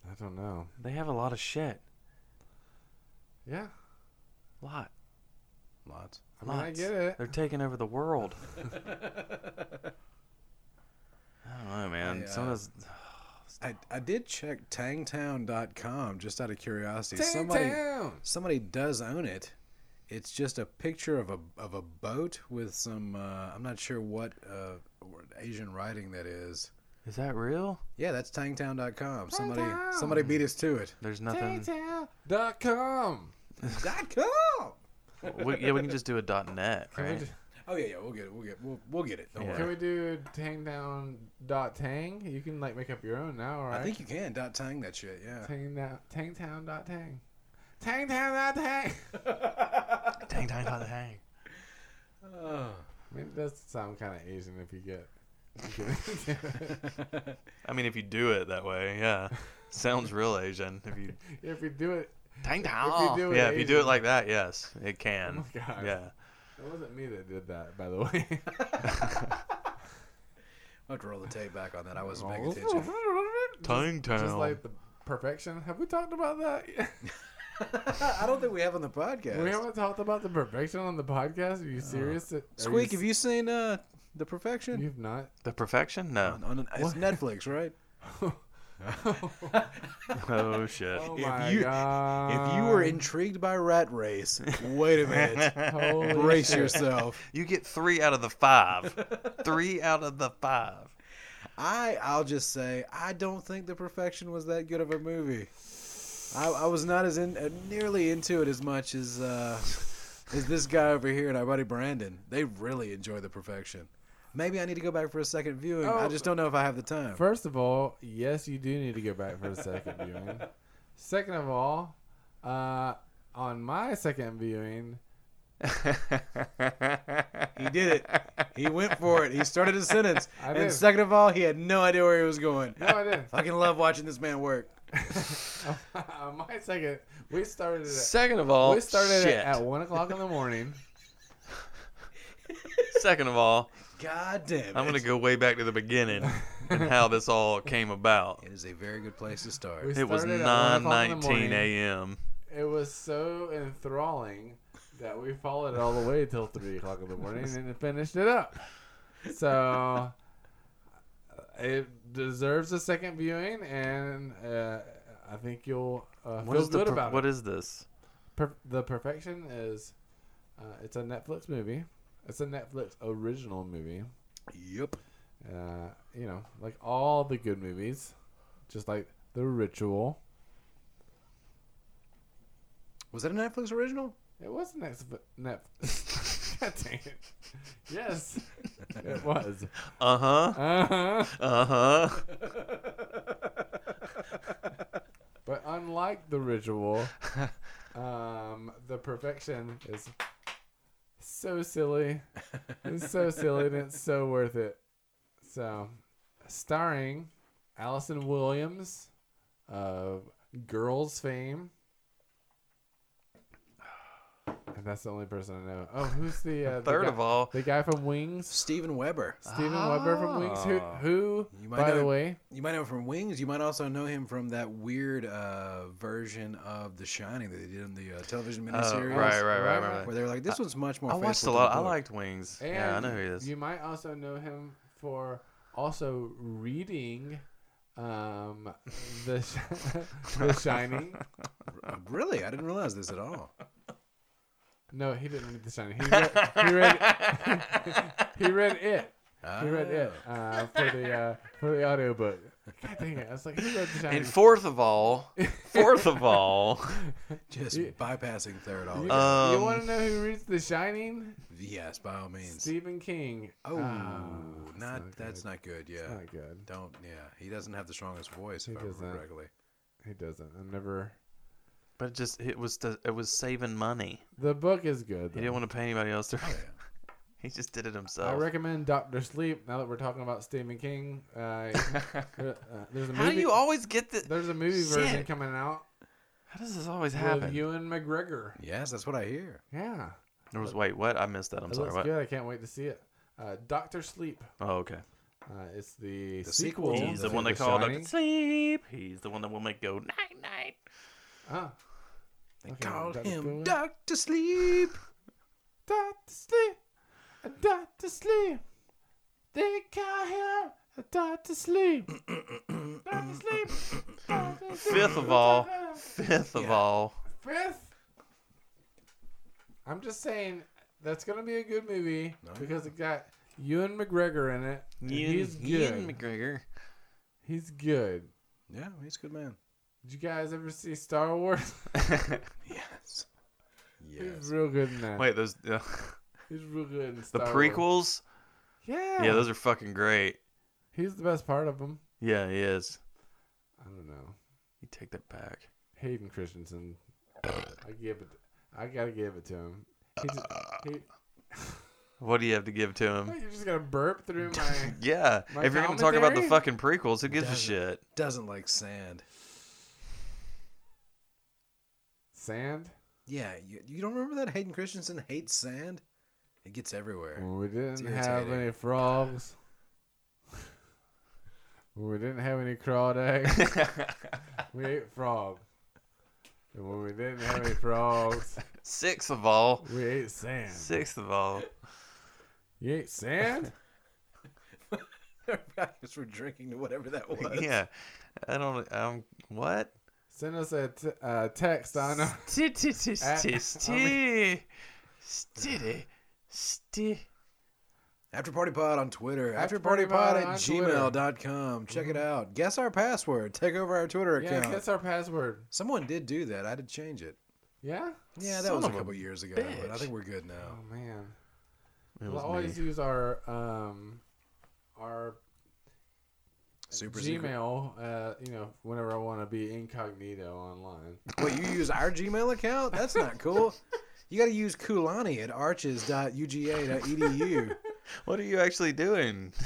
Speaker 1: I don't know.
Speaker 6: They have a lot of shit.
Speaker 1: Yeah,
Speaker 6: lot.
Speaker 5: Lots.
Speaker 1: I mean, I
Speaker 6: Lots.
Speaker 1: get it.
Speaker 6: They're taking over the world. I don't know, man.
Speaker 5: I,
Speaker 6: Some
Speaker 5: uh,
Speaker 6: of those,
Speaker 5: I, I did check Tangtown.com just out of curiosity.
Speaker 1: Tang
Speaker 5: somebody
Speaker 1: Town.
Speaker 5: somebody does own it. It's just a picture of a of a boat with some uh, I'm not sure what uh, Asian writing that is.
Speaker 6: is that real?
Speaker 5: Yeah, that's tangtown.com. Somebody
Speaker 1: Tangtown.
Speaker 5: somebody beat us to it.
Speaker 6: There's
Speaker 1: Tang
Speaker 6: nothing.
Speaker 1: Town dot com.
Speaker 5: Dot com.
Speaker 6: we, yeah, we can just do a dot net,
Speaker 1: Can we
Speaker 6: right?
Speaker 1: ju-
Speaker 5: Oh yeah, yeah, we'll get it. We'll get we'll, we'll get it. Don't
Speaker 6: Yeah.
Speaker 5: worry.
Speaker 1: Can we do Tang Down dot Tang? You can like make up your own now, right?
Speaker 5: I think you can dot tang that shit. Yeah.
Speaker 1: Tang Down Tang Town dot Tang. Tang Town dot Tang.
Speaker 6: Dang, dang, dang, dang.
Speaker 1: I mean, it does sound kind of Asian if you get. if you get-
Speaker 6: I mean, if you do it that way, yeah, sounds real Asian. If you
Speaker 1: if you do it,
Speaker 6: dang,
Speaker 1: do it
Speaker 6: yeah, if you do it
Speaker 1: Asian.
Speaker 6: like that, yes, it can.
Speaker 1: Oh my gosh.
Speaker 6: Yeah,
Speaker 1: it wasn't me that did that, by the way.
Speaker 5: I'll have to roll the tape back on that. I wasn't
Speaker 1: Oh.
Speaker 5: paying attention.
Speaker 1: Just
Speaker 6: Tang Town.
Speaker 1: like the perfection. Have we talked about that?
Speaker 5: I don't think we have on the podcast.
Speaker 1: We haven't talked about the perfection on the podcast. Are you serious? Are
Speaker 5: Uh, Squeak,
Speaker 1: you,
Speaker 5: have you seen uh, The Perfection?
Speaker 1: have not.
Speaker 6: The perfection? No.
Speaker 5: on, on- it's Netflix, right?
Speaker 6: Oh shit.
Speaker 1: Oh
Speaker 5: If
Speaker 1: my
Speaker 5: you- if
Speaker 1: god!
Speaker 5: if you were intrigued by Rat Race, wait a minute.
Speaker 1: Holy
Speaker 5: Brace
Speaker 1: shit.
Speaker 5: yourself.
Speaker 6: You get three out of the five. three out of the five.
Speaker 5: I I'll just say I don't think The Perfection was that good of a movie. I, I was not as in uh, nearly into it as much as uh, as this guy over here and our buddy Brandon. They really enjoy The Perfection. Maybe I need to go back for a second viewing. I
Speaker 1: Oh,
Speaker 5: just don't know if I have the time.
Speaker 1: First of all, yes, you do need to go back for a second viewing. Second of all, uh, on my second viewing,
Speaker 5: he did it. He went for it. He started his sentence.
Speaker 1: I
Speaker 5: and
Speaker 1: did.
Speaker 5: second of all, he had no idea where he was going.
Speaker 1: no, I didn't.
Speaker 5: Fucking love watching this man work.
Speaker 1: on my second, we started it.
Speaker 6: Second of all,
Speaker 1: we started
Speaker 6: shit.
Speaker 1: it at one o'clock in the morning.
Speaker 6: Second of all,
Speaker 5: God damn it.
Speaker 6: I'm gonna go way back to the beginning and how this all came about.
Speaker 5: It is a very good place to start.
Speaker 1: We
Speaker 6: It was
Speaker 1: started at 1 o'clock in the
Speaker 6: 9:19
Speaker 1: morning.
Speaker 6: a.m.
Speaker 1: It was so enthralling that we followed it all the way till three o'clock in the morning and finished it up. So uh, it deserves a second viewing, and uh, I think you'll uh,
Speaker 6: What
Speaker 1: feel
Speaker 6: is the
Speaker 1: good
Speaker 6: per-
Speaker 1: about
Speaker 6: What
Speaker 1: it.
Speaker 6: is this?
Speaker 1: Per- the perfection is uh, it's a Netflix movie. It's a Netflix original movie.
Speaker 5: Yep.
Speaker 1: Uh, you know, like all the good movies, just like The Ritual.
Speaker 5: Was that a Netflix original?
Speaker 1: It was next Netf. God dang it. Yes, it was.
Speaker 6: Uh huh.
Speaker 1: Uh-huh.
Speaker 6: Uh huh.
Speaker 1: But unlike the ritual, um, the perfection is so silly. It's so silly and it's so worth it. So, starring Allison Williams of Girls fame. And that's the only person I know. Oh, who's the uh, the
Speaker 6: Third
Speaker 1: guy-
Speaker 6: of all,
Speaker 1: the guy from Wings?
Speaker 5: Steven Weber.
Speaker 1: Steven Weber from Wings. Who?
Speaker 6: Ah.
Speaker 1: Who?
Speaker 5: You might
Speaker 1: By the
Speaker 5: know-
Speaker 1: way,
Speaker 5: You might know him from Wings. You might also know him from that weird uh, version of The Shining that they did in the uh, television
Speaker 6: uh, right, right,
Speaker 5: miniseries.
Speaker 6: right. I
Speaker 1: Right,
Speaker 6: remember
Speaker 1: right.
Speaker 6: that.
Speaker 5: Where they were like, this one's much more.
Speaker 6: I watched a
Speaker 5: faithful to
Speaker 6: lot.
Speaker 5: the
Speaker 6: I
Speaker 5: book."
Speaker 6: liked Wings. yeah, I know who he is.
Speaker 1: You might also know him for also reading um, the Sh- the Shining.
Speaker 5: Uh, Really, I didn't realize this at all.
Speaker 1: No, he didn't read the Shining. He read he read, he read it. He read it
Speaker 5: Ah, Oh.
Speaker 1: uh, for the uh, for the audiobook. God dang it! I was like, who read the Shining?
Speaker 6: And fourth of all, fourth of all,
Speaker 5: Just
Speaker 1: You-
Speaker 5: bypassing third all.
Speaker 1: you
Speaker 6: um,
Speaker 1: want to know who reads The Shining?
Speaker 5: yes, by all means.
Speaker 1: Stephen King.
Speaker 5: oh,
Speaker 1: Ah,
Speaker 5: not
Speaker 1: good. Oh
Speaker 5: that's not good. Yeah,
Speaker 1: Not good.
Speaker 5: don't. Yeah, he doesn't have the strongest voice. If
Speaker 1: He
Speaker 5: I remember
Speaker 1: doesn't.
Speaker 5: correctly.
Speaker 1: He doesn't. I've never.
Speaker 6: but it just it was the, it was saving money.
Speaker 1: The book is good.
Speaker 6: He
Speaker 1: though.
Speaker 6: didn't want to pay anybody else to. he just did it himself.
Speaker 1: I recommend Doctor Sleep. Now that we're talking about Stephen King, uh, uh, there's a
Speaker 6: How
Speaker 1: movie.
Speaker 6: do you always get the?
Speaker 1: there's a movie version
Speaker 6: Shit.
Speaker 1: coming out
Speaker 6: How does this always happen?
Speaker 1: with Ewan McGregor.
Speaker 5: Yes, that's what I hear.
Speaker 1: Yeah,
Speaker 6: There was wait, what? I missed that. I'm
Speaker 1: it
Speaker 6: sorry.
Speaker 1: looks
Speaker 6: What?
Speaker 1: good. I can't wait to see it. Uh, Doctor Sleep.
Speaker 6: Oh, okay.
Speaker 1: Uh, it's the,
Speaker 5: The
Speaker 1: sequel.
Speaker 5: sequel.
Speaker 6: He's
Speaker 5: the
Speaker 6: the one
Speaker 1: to
Speaker 6: they call Doctor
Speaker 1: Shining.
Speaker 6: Sleep. He's the one that will make go night night.
Speaker 1: Ah,
Speaker 5: They
Speaker 1: Okay,
Speaker 5: called
Speaker 1: Dr.
Speaker 5: him
Speaker 1: Sleep.
Speaker 5: Doctor Sleep.
Speaker 1: Doctor Sleep. Doctor Sleep. They call him Doctor Sleep. Doctor Sleep. Dr. Sleep.
Speaker 6: Fifth of all, fifth of all,
Speaker 1: fifth. I'm just saying that's gonna be a good movie because it got Ewan McGregor in it. and he's good.
Speaker 6: Ian McGregor.
Speaker 1: he's good.
Speaker 5: Yeah, he's a good man.
Speaker 1: Did you guys ever see Star Wars?
Speaker 5: Yes.
Speaker 1: he's
Speaker 5: Yes.
Speaker 1: real good in that.
Speaker 6: Wait, those uh,
Speaker 1: he's real good in
Speaker 6: the
Speaker 1: Star Wars.
Speaker 6: prequels?
Speaker 1: Yeah.
Speaker 6: Yeah, those are fucking great.
Speaker 1: he's the best part of them.
Speaker 6: Yeah, he is.
Speaker 1: I don't know.
Speaker 6: You take that back.
Speaker 1: Hayden Christensen. I give it. I gotta give it to him. He just, he,
Speaker 6: What do you have to give to him?
Speaker 1: you're just gonna burp through my.
Speaker 6: Yeah,
Speaker 1: My
Speaker 6: if you're gonna talk about the
Speaker 1: commentary?
Speaker 6: fucking prequels, who gives a
Speaker 5: Doesn't-
Speaker 6: shit?
Speaker 5: Doesn't like sand.
Speaker 1: Sand?
Speaker 5: Yeah, you, you don't remember that Hayden Christensen hates sand? It gets everywhere.
Speaker 1: When we didn't have
Speaker 5: irritating.
Speaker 1: any frogs. When we didn't have any crawdads. we ate frog. And when we didn't have any frogs,
Speaker 6: Sixth of all.
Speaker 1: we ate sand.
Speaker 6: Sixth of all.
Speaker 1: You ate sand?
Speaker 5: I guess we're drinking to whatever that was.
Speaker 6: Yeah. I don't. I'm. What?
Speaker 1: Send us a t- uh, text on our
Speaker 6: Sti- ti- ti-
Speaker 1: Uh,
Speaker 6: sti-
Speaker 1: I
Speaker 6: sti- stitty- sti-
Speaker 5: After Party Pod on Twitter. After
Speaker 1: After
Speaker 5: Party
Speaker 1: Party
Speaker 5: Pod
Speaker 1: Pod
Speaker 5: at
Speaker 1: on Twitter. Mm-hmm.
Speaker 5: gmail.com. Check it out. Guess our password. Take over our Twitter
Speaker 1: Yeah,
Speaker 5: account.
Speaker 1: that's our password.
Speaker 5: Someone did do that. I had to change it.
Speaker 1: Yeah?
Speaker 5: Yeah, that
Speaker 6: Son
Speaker 5: was a
Speaker 6: of a
Speaker 5: couple years ago, but I
Speaker 6: bitch.
Speaker 5: think we're good now.
Speaker 1: Oh man.
Speaker 6: It
Speaker 1: We'll
Speaker 6: was
Speaker 1: always
Speaker 6: me.
Speaker 1: use our um our
Speaker 5: Super secret.
Speaker 1: Gmail, uh, you know, whenever I want to be incognito online.
Speaker 5: Wait, you use our Gmail account? That's not cool. You got to use Kulani at E arches.uga.edu.
Speaker 6: What are you actually doing?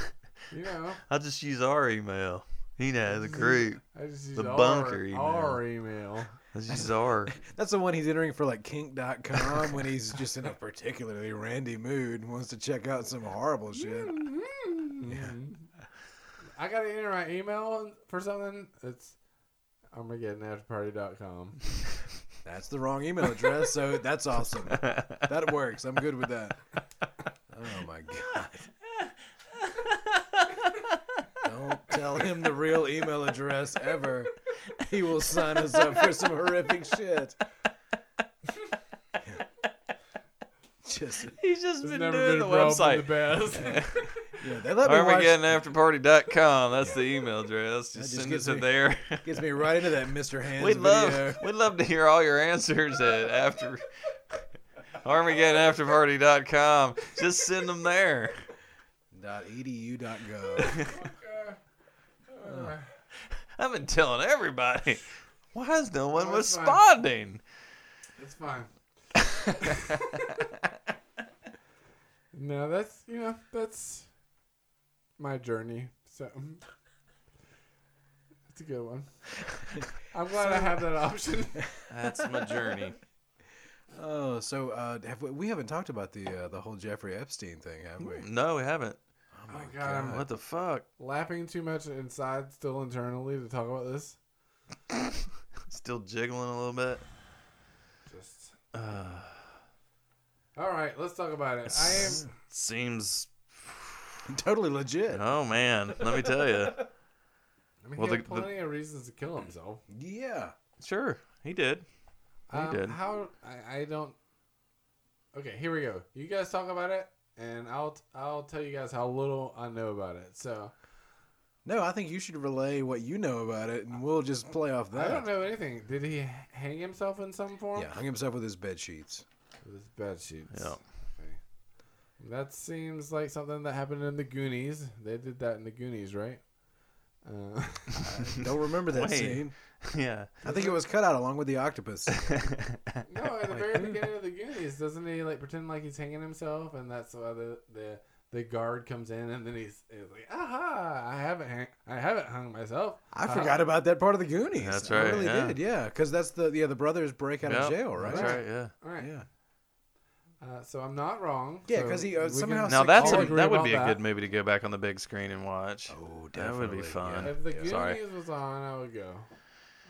Speaker 1: You know,
Speaker 6: I'll just use our email. You know, the group.
Speaker 1: I just use
Speaker 6: The
Speaker 1: our,
Speaker 6: bunker email.
Speaker 1: our email.
Speaker 6: Let's use our.
Speaker 5: That's the one he's entering for like kink.com when he's just in a particularly randy mood and wants to check out some horrible shit.
Speaker 1: Mm-hmm. I gotta enter my email for something. It's I'm gonna get an afterparty.com.
Speaker 5: That's the wrong email address, so that's awesome. That works. I'm good with that. Oh my god. Don't tell him the real email address ever. He will sign us up for some horrific shit. Just
Speaker 3: He's just
Speaker 1: It's
Speaker 3: been
Speaker 1: never
Speaker 3: doing the
Speaker 1: been a problem for
Speaker 3: website.
Speaker 1: the best.
Speaker 5: yeah, they let me watch.
Speaker 6: ArmageddonAfterParty.com. That's the email address. Just
Speaker 5: just
Speaker 6: send it
Speaker 5: gets
Speaker 6: to
Speaker 5: me-
Speaker 6: there.
Speaker 5: Gets me right into that Mr. Hands
Speaker 6: We'd
Speaker 5: video.
Speaker 6: love, we'd love to hear all your answers at after ArmageddonAfterParty.com. Just send them there.
Speaker 5: Dot edu.gov.
Speaker 6: I've been telling everybody. Why is no one
Speaker 1: Oh, it's fine.
Speaker 6: responding?
Speaker 1: It's fine. no, that's you know that's my journey. So that's a good one. I'm glad I have that option.
Speaker 6: That's my journey.
Speaker 5: Oh, so uh, have we, we haven't talked about the uh, the whole Jeffrey Epstein thing, have we?
Speaker 6: No, we haven't.
Speaker 1: Oh my god, I'm
Speaker 6: What the fuck?
Speaker 1: laughing too much inside, still internally, to talk about this.
Speaker 6: Still jiggling a little bit.
Speaker 1: Just.
Speaker 5: Uh,
Speaker 1: All right, let's talk about it. I am.
Speaker 6: Seems.
Speaker 5: Totally legit.
Speaker 6: Oh man, let me tell you.
Speaker 1: I mean,
Speaker 6: Well,
Speaker 1: he
Speaker 6: the-
Speaker 1: had
Speaker 6: the-
Speaker 1: plenty of reasons to kill himself.
Speaker 5: Yeah.
Speaker 6: Sure, he did. He
Speaker 1: um,
Speaker 6: did.
Speaker 1: How I, I don't. Okay, here we go. You guys talk about it, and I'll I'll tell you guys how little I know about it. So
Speaker 5: No, I think you should relay what you know about it, and we'll just play off that.
Speaker 1: I don't know anything. Did he hang himself in some form?
Speaker 5: Yeah, hung himself with his bed sheets.
Speaker 1: With his bed sheets.
Speaker 6: Yeah.
Speaker 1: Okay. That seems like something that happened in the Goonies. They did that in the Goonies, right? Uh,
Speaker 5: Don't remember that
Speaker 6: Wait.
Speaker 5: scene.
Speaker 6: Yeah.
Speaker 5: I think it was cut out along with the octopus.
Speaker 1: no, at the very beginning of the Goonies, doesn't he like pretend like he's hanging himself, and that's why the the, the guard comes in, and then he's, he's like, "Aha! I haven't hang, I haven't hung myself." Uh,
Speaker 5: I forgot about that part of the Goonies.
Speaker 6: That's
Speaker 5: I
Speaker 6: right,
Speaker 5: really
Speaker 6: yeah.
Speaker 5: did, yeah. Because that's the yeah the brothers break out of
Speaker 6: Yep,
Speaker 5: jail, right?
Speaker 6: That's right. Yeah.
Speaker 1: All right.
Speaker 5: Yeah.
Speaker 1: Uh, so I'm not wrong.
Speaker 5: Yeah,
Speaker 1: So
Speaker 5: 'cause he, uh,
Speaker 1: we
Speaker 5: somehow
Speaker 1: can-
Speaker 6: Now
Speaker 5: Like,
Speaker 6: that's
Speaker 5: all
Speaker 6: a,
Speaker 1: agree
Speaker 6: that would
Speaker 1: about
Speaker 6: be a
Speaker 1: that.
Speaker 6: good movie to go back on the big screen and watch.
Speaker 5: Oh,
Speaker 6: That would be
Speaker 5: definitely,
Speaker 6: fun.
Speaker 5: yeah.
Speaker 1: if the Goonies
Speaker 6: Sorry.
Speaker 1: was on, I would go.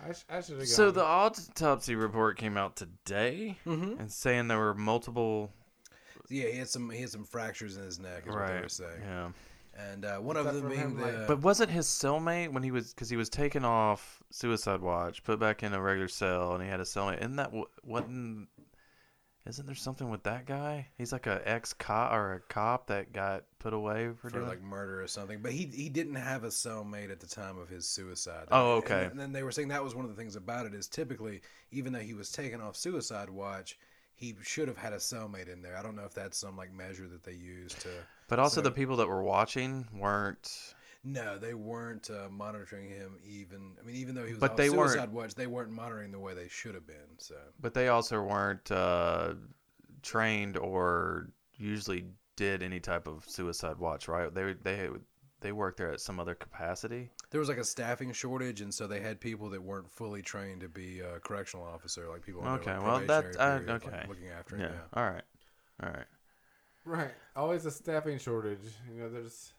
Speaker 1: I, sh- I should have.
Speaker 6: So the autopsy report came out today,
Speaker 5: Mhm.
Speaker 6: and saying there were multiple.
Speaker 5: Yeah, he had some he had some fractures in his neck, is what they were
Speaker 6: Right.
Speaker 5: saying.
Speaker 6: Yeah.
Speaker 5: And uh, one
Speaker 1: Except
Speaker 5: of them
Speaker 1: for
Speaker 5: being
Speaker 1: him,
Speaker 5: the
Speaker 1: like-
Speaker 6: But wasn't his cellmate when he was because he was taken off suicide watch, put back in a regular cell, and he had a cellmate? Isn't that wh- wasn't? Isn't there something with that guy? He's like a ex cop or a cop that got put away for,
Speaker 5: for
Speaker 6: doing.
Speaker 5: like murder or something. But he he didn't have a cellmate at the time of his suicide.
Speaker 6: Oh,
Speaker 5: And-
Speaker 6: okay.
Speaker 5: And, then they were saying that was one of the things about it is typically, even though he was taken off suicide watch, he should have had a cellmate in there. I don't know if that's some like measure that they used to.
Speaker 6: but also
Speaker 5: so-
Speaker 6: the people that were watching weren't.
Speaker 5: No, they weren't uh, monitoring him. Even I mean, even though he was
Speaker 6: But
Speaker 5: off
Speaker 6: they weren't-
Speaker 5: suicide watch, they weren't monitoring the way they should have been. So
Speaker 6: But they also weren't uh, trained or usually did any type of suicide watch, right? They they they worked there at some other capacity.
Speaker 5: there was like a staffing shortage, and so they had people that weren't fully trained to be a correctional officer, like people. on their,
Speaker 6: Okay,
Speaker 5: like,
Speaker 6: well, that-
Speaker 5: probationary
Speaker 6: I-
Speaker 5: period, like,
Speaker 6: okay.
Speaker 5: looking after him.
Speaker 6: Yeah.
Speaker 5: yeah.
Speaker 6: All right. All right.
Speaker 1: right, always a staffing shortage. You know, there's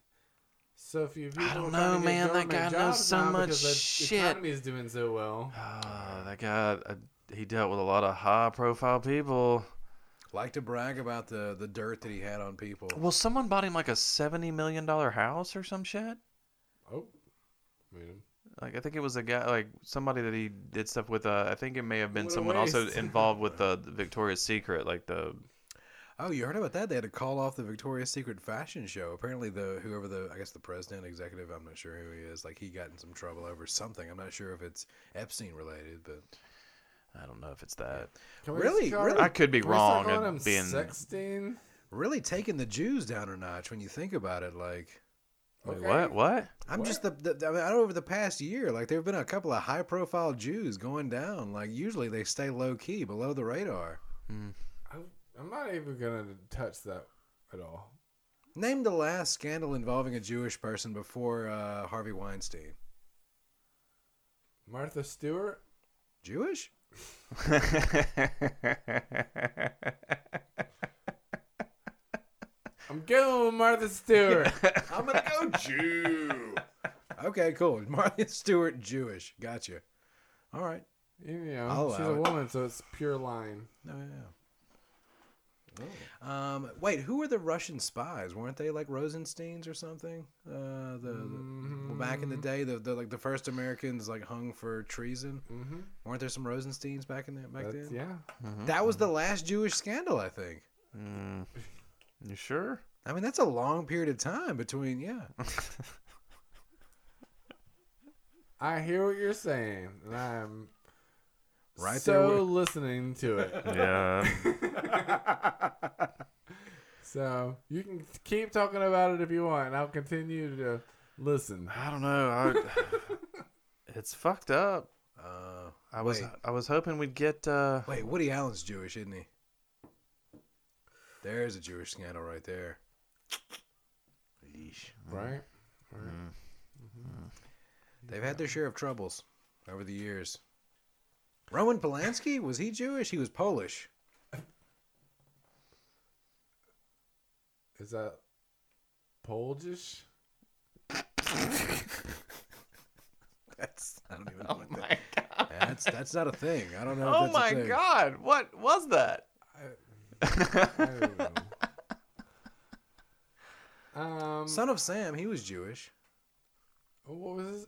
Speaker 1: so few people.
Speaker 6: don't
Speaker 1: trying to
Speaker 6: know,
Speaker 1: get
Speaker 6: man. That
Speaker 1: government
Speaker 6: guy knows
Speaker 1: jobs
Speaker 6: so
Speaker 1: now
Speaker 6: much
Speaker 1: because the
Speaker 6: shit.
Speaker 1: Economy is doing so well.
Speaker 6: Ah, that guy. I, he dealt with a lot of high profile people.
Speaker 5: Like to brag about the the dirt that he had on people.
Speaker 6: Well, someone bought him like a seventy million dollar house or some shit.
Speaker 1: Oh, man.
Speaker 6: Like I think it was a guy, like somebody that he did stuff with. Uh, I think it may have been
Speaker 1: What a
Speaker 6: someone also
Speaker 1: waste.
Speaker 6: involved with uh, the Victoria's Secret, like the
Speaker 5: Oh, you heard about that? They had to call off the Victoria's Secret fashion show. Apparently, the whoever the I guess the president, executive, I'm not sure who he is. Like he got in some trouble over something. I'm not sure if it's Epstein related, but
Speaker 6: I don't know if it's that.
Speaker 1: Can
Speaker 5: Really?
Speaker 1: start-
Speaker 5: Really?
Speaker 6: I could be
Speaker 1: can we start
Speaker 6: wrong
Speaker 1: calling
Speaker 6: and
Speaker 1: him
Speaker 6: being
Speaker 1: sexting.
Speaker 5: really taking the Jews down a notch when you think about it. Like
Speaker 6: Wait,
Speaker 1: Okay.
Speaker 6: what what.
Speaker 5: I'm
Speaker 1: What?
Speaker 5: just the, the I mean, I know over the past year, like there have been a couple of high profile Jews going down. Like usually they stay low key, below the radar.
Speaker 1: I'm not even gonna touch that at all.
Speaker 5: Name the last scandal involving a Jewish person before uh, Harvey Weinstein.
Speaker 1: Martha Stewart.
Speaker 5: Jewish?
Speaker 1: I'm going with Martha Stewart.
Speaker 5: I'm gonna go Jew. okay, cool. Martha Stewart, Jewish. Gotcha. All right.
Speaker 1: you know,
Speaker 5: I'll
Speaker 1: she's
Speaker 5: allow
Speaker 1: a
Speaker 5: it.
Speaker 1: woman, so it's pure line.
Speaker 5: No, yeah. Oh, Um, wait, who were the Russian spies? Weren't they like Rosensteins or something? Uh, the, the back in the day, the, the like the first Americans like hung for treason. Mm-hmm. Weren't there some Rosensteins back in the, back
Speaker 1: That's,
Speaker 5: then?
Speaker 1: yeah.
Speaker 5: That was the last Jewish scandal, I think.
Speaker 6: You sure?
Speaker 5: I mean, that's a long period of time between. Yeah,
Speaker 1: I hear what you're saying, and I'm
Speaker 5: Right
Speaker 1: so
Speaker 5: there with-
Speaker 1: listening to it.
Speaker 6: Yeah.
Speaker 1: so you can keep talking about it if you want, and I'll continue to listen.
Speaker 6: I don't know. I, it's fucked up.
Speaker 5: Uh,
Speaker 6: I was
Speaker 5: Wait.
Speaker 6: I was hoping we'd get. Uh,
Speaker 5: wait, Woody Allen's Jewish, isn't he? There's a Jewish scandal right there.
Speaker 1: Right?
Speaker 5: They've had their share of troubles over the years. Roman Polanski was he Jewish? He was Polish.
Speaker 1: Is that Polish?
Speaker 5: That's I don't even know. what that- That's that's not a thing. I don't know.
Speaker 3: Oh
Speaker 5: if Oh that's
Speaker 3: my
Speaker 5: a thing.
Speaker 3: god, what was that?
Speaker 1: I don't know. um,
Speaker 5: Son of Sam, he was Jewish.
Speaker 1: what was his,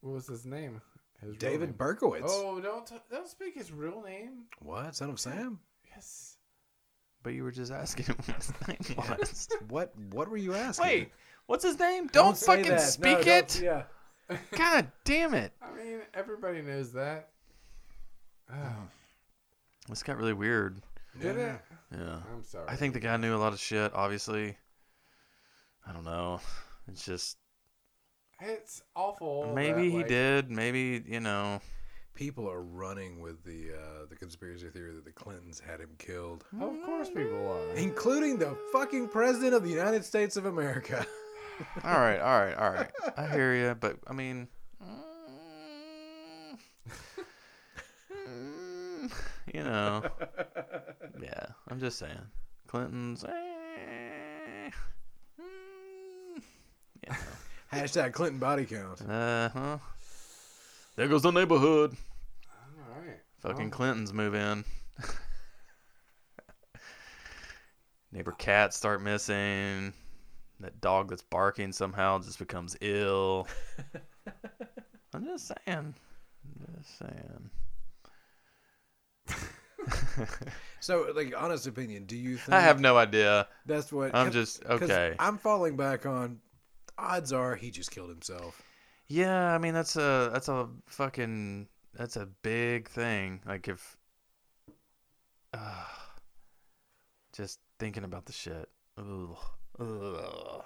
Speaker 1: what was his name? His real
Speaker 5: David
Speaker 1: name.
Speaker 5: Berkowitz.
Speaker 1: Oh, don't t- don't speak his real name.
Speaker 5: What? Son of Sam?
Speaker 1: Yes.
Speaker 6: but you were just asking him what his name was.
Speaker 5: What? What were you asking?
Speaker 3: Wait, what's his name? Don't,
Speaker 5: say
Speaker 3: fucking
Speaker 5: that. No,
Speaker 3: speak
Speaker 5: don't-
Speaker 3: it.
Speaker 5: Yeah.
Speaker 6: God damn it!
Speaker 1: I mean, everybody knows that. Oh,
Speaker 6: This got really weird.
Speaker 1: did
Speaker 5: Yeah.
Speaker 1: it?
Speaker 6: Yeah.
Speaker 1: I'm sorry.
Speaker 6: I think the guy knew a lot of shit. Obviously. I don't know. It's just
Speaker 1: it's awful.
Speaker 6: maybe
Speaker 1: that,
Speaker 6: he
Speaker 1: like-
Speaker 6: did. Maybe you know.
Speaker 5: People are running with the uh, the conspiracy theory that the Clintons had him killed,
Speaker 1: Of course, people are.
Speaker 5: including the fucking president of the United States of America.
Speaker 6: All right. All right. All right. I hear you, but I mean. mm, mm, You know, yeah. I'm just saying, Clinton's. eh, mm,
Speaker 5: Hashtag Clinton body count.
Speaker 6: Uh huh. There goes the neighborhood.
Speaker 1: All right.
Speaker 6: Fucking Clintons move in. Neighbor cats start missing. That dog that's barking somehow just becomes ill. I'm just saying. Just saying.
Speaker 5: So, like, honest opinion, do you think
Speaker 6: I have no idea.
Speaker 5: That's what
Speaker 6: I'm
Speaker 5: 'cause-
Speaker 6: just-
Speaker 5: 'cause
Speaker 6: okay.
Speaker 5: I'm falling back on. Odds are he just killed himself.
Speaker 6: Yeah, I mean that's a that's a fucking that's a big thing. Like if uh, just thinking about the shit. Ugh. Ugh.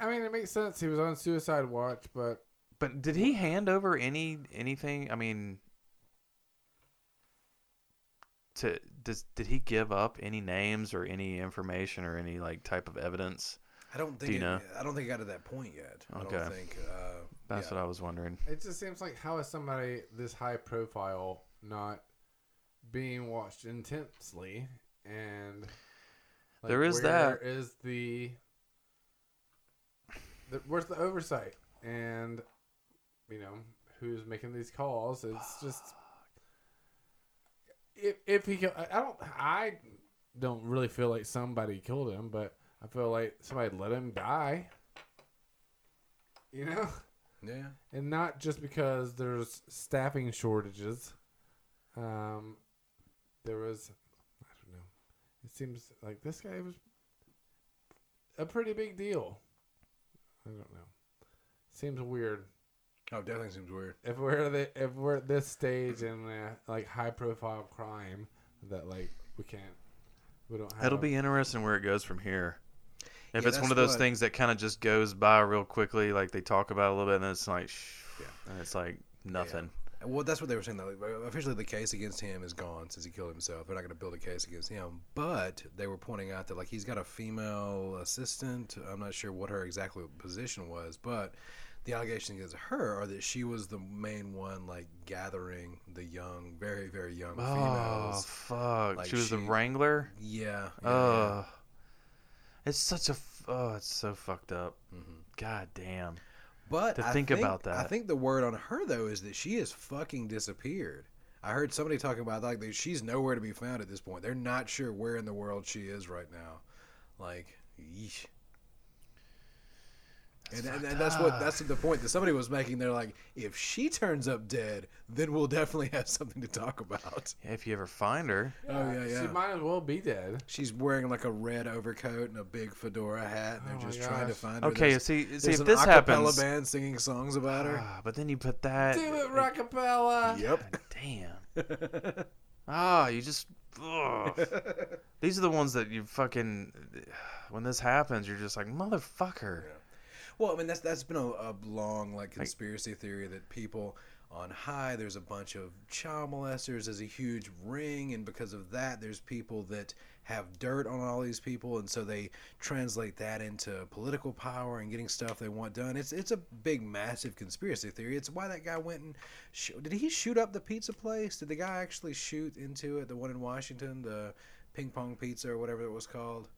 Speaker 1: I mean, it makes sense. He was on suicide watch, but
Speaker 6: But did he hand over any anything? I mean, to does did he give up any names or any information or any like type of evidence?
Speaker 5: I don't think.
Speaker 6: you
Speaker 5: it-
Speaker 6: know?
Speaker 5: I don't think it got to that point yet. I don't
Speaker 6: Okay.
Speaker 5: think. Uh,
Speaker 6: That's
Speaker 5: yeah.
Speaker 6: what I was wondering.
Speaker 1: it just seems like how is somebody this high profile not being watched intensely and like,
Speaker 6: There is
Speaker 1: where
Speaker 6: that.
Speaker 1: is the, the where's the oversight and you know who's making these calls. It's just if if he kill- I I don't I don't really feel like somebody killed him, but I feel like somebody let him die. You know,
Speaker 5: Yeah.
Speaker 1: and not just because there's staffing shortages. Um, there was I don't know. It seems like this guy was a pretty big deal. I don't know. Seems weird
Speaker 5: Oh, definitely seems weird.
Speaker 1: if we're the, if we're at this stage in uh, like high profile crime that like we can't we don't have
Speaker 6: It'll be interesting where it goes from here. If
Speaker 5: Uh, Yeah,
Speaker 6: it's one
Speaker 5: that's
Speaker 6: of those
Speaker 5: what-
Speaker 6: things that kind of just goes by real quickly, like they talk about it a little bit, and then it's like, shh, and it's like nothing.
Speaker 5: Well, that's what they were saying. Though. Like, Officially, the case against him is gone since he killed himself. They're not going to build a case against him. But they were pointing out that like he's got a female assistant. I'm not sure what her exactly position was, but the allegation against her are that she was the main one like gathering the young, very very young
Speaker 6: Oh
Speaker 5: females.
Speaker 6: fuck!
Speaker 5: Like
Speaker 6: she was the
Speaker 5: she-
Speaker 6: wrangler.
Speaker 5: Yeah. yeah, yeah.
Speaker 6: Ugh. It's such a. f- Oh, it's so fucked up.
Speaker 5: Mm-hmm.
Speaker 6: God damn.
Speaker 5: But
Speaker 6: to
Speaker 5: I
Speaker 6: think about
Speaker 5: I
Speaker 6: that.
Speaker 5: think the word on her though is that she has fucking disappeared. I heard somebody talking about like that she's nowhere to be found at this point. They're not sure where in the world she is right now. Like, yeesh. And, and, and that's what that's the point that somebody was making. They're like, if she turns up dead, then we'll definitely have something to talk about.
Speaker 6: If you ever find her,
Speaker 5: oh yeah,
Speaker 1: she
Speaker 5: yeah.
Speaker 1: might as well be dead
Speaker 5: She's wearing like a red overcoat and a big fedora hat, and
Speaker 1: Oh,
Speaker 5: they're
Speaker 1: my
Speaker 5: just trying to
Speaker 1: gosh.
Speaker 5: find her.
Speaker 6: okay.
Speaker 5: There's-
Speaker 6: See, see if
Speaker 5: there's an
Speaker 6: this
Speaker 5: acapella
Speaker 6: happens.
Speaker 5: band singing songs about her.
Speaker 6: Ah, but then you put that.
Speaker 1: do it
Speaker 6: Ah.
Speaker 1: rockapella
Speaker 5: Yep.
Speaker 6: Damn. Ah, you just. ugh. These are the ones that you fucking. When this happens, you're just like motherfucker.
Speaker 5: Well, I mean that's that's been a, a long like conspiracy theory that people on high there's a bunch of child molesters there's a huge ring and because of that there's people that have dirt on all these people and so they translate that into political power and getting stuff they want done it's it's a big massive conspiracy theory it's why that guy went and sh- did he shoot up the pizza place did the guy actually shoot into it the one in Washington the ping pong pizza or whatever it was called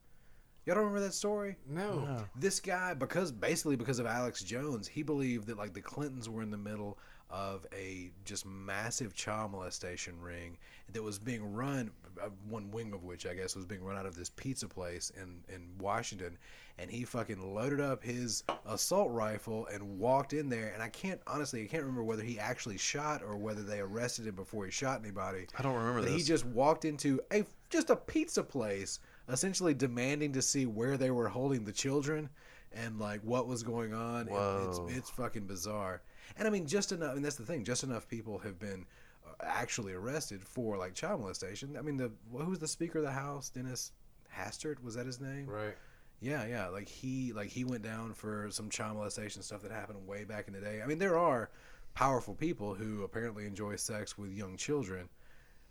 Speaker 5: y'all don't remember that story
Speaker 1: no,
Speaker 5: this guy because basically because of Alex Jones, he believed that like the Clintons were in the middle of a just massive child molestation ring that was being run uh, one wing of which I guess was being run out of this pizza place in in Washington and he fucking loaded up his assault rifle and walked in there and I can't honestly I can't remember whether he actually shot or whether they arrested him before he shot anybody
Speaker 6: I don't remember
Speaker 5: that
Speaker 6: this.
Speaker 5: he just walked into a just a pizza place, essentially demanding to see where they were holding the children and like what was going on. And
Speaker 6: Whoa.
Speaker 5: It's, it's fucking bizarre. And I mean, just enough. And that's the thing. Just enough people have been uh, actually arrested for like child molestation. I mean, the who was the Speaker of the House? Dennis Hastert was that his name?
Speaker 1: right
Speaker 5: Yeah, yeah. Like he like he went down for some child molestation stuff that happened way back in the day. I mean, there are powerful people who apparently enjoy sex with young children.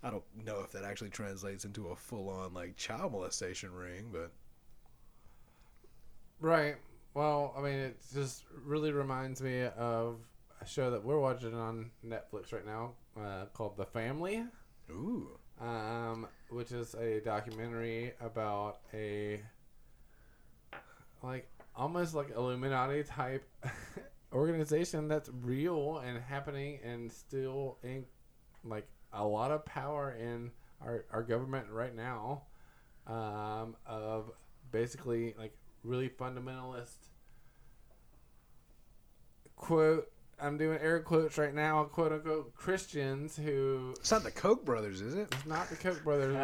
Speaker 5: I don't know if that actually translates into a full on like child molestation ring, but
Speaker 1: right well i mean it just really reminds me of a show that we're watching on netflix right now uh, called the family
Speaker 5: ooh.
Speaker 1: um, which is a documentary about a like almost like Illuminati type organization that's real and happening and still in like a lot of power in our, our government right now um, of basically like really fundamentalist quote I'm doing air quotes right now quote unquote Christians who
Speaker 5: It's not the Koch brothers, is it?
Speaker 1: it's not the Koch brothers.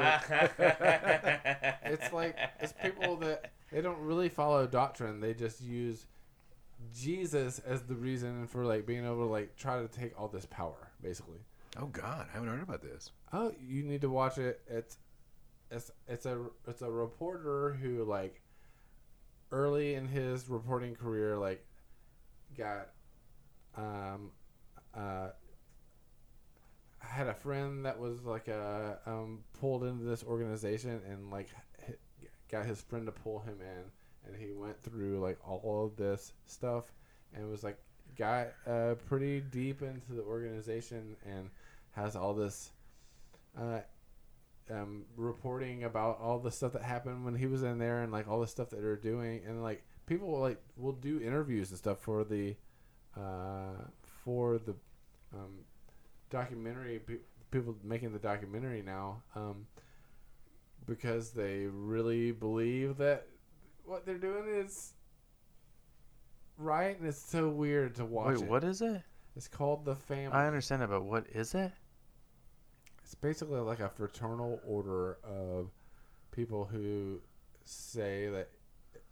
Speaker 1: it's like it's people that they don't really follow doctrine. They just use Jesus as the reason for like being able to like try to take all this power, basically.
Speaker 5: Oh God, I haven't heard about this.
Speaker 1: Oh, you need to watch it. It's it's it's a it's a reporter who like early in his reporting career like got um uh had a friend that was like a um pulled into this organization and like hi- got his friend to pull him in and he went through like all of this stuff and was like got uh pretty deep into the organization and has all this uh, um, reporting about all the stuff that happened when he was in there and like all the stuff that they're doing and like people like will do interviews and stuff for the uh, for the um, documentary pe- people making the documentary now um, because they really believe that what they're doing is right, and it's so weird to watch.
Speaker 6: Wait,
Speaker 1: it.
Speaker 6: what is it?
Speaker 1: It's called the family.
Speaker 6: I understand it, but what is it?
Speaker 1: It's basically like a fraternal order of people who say that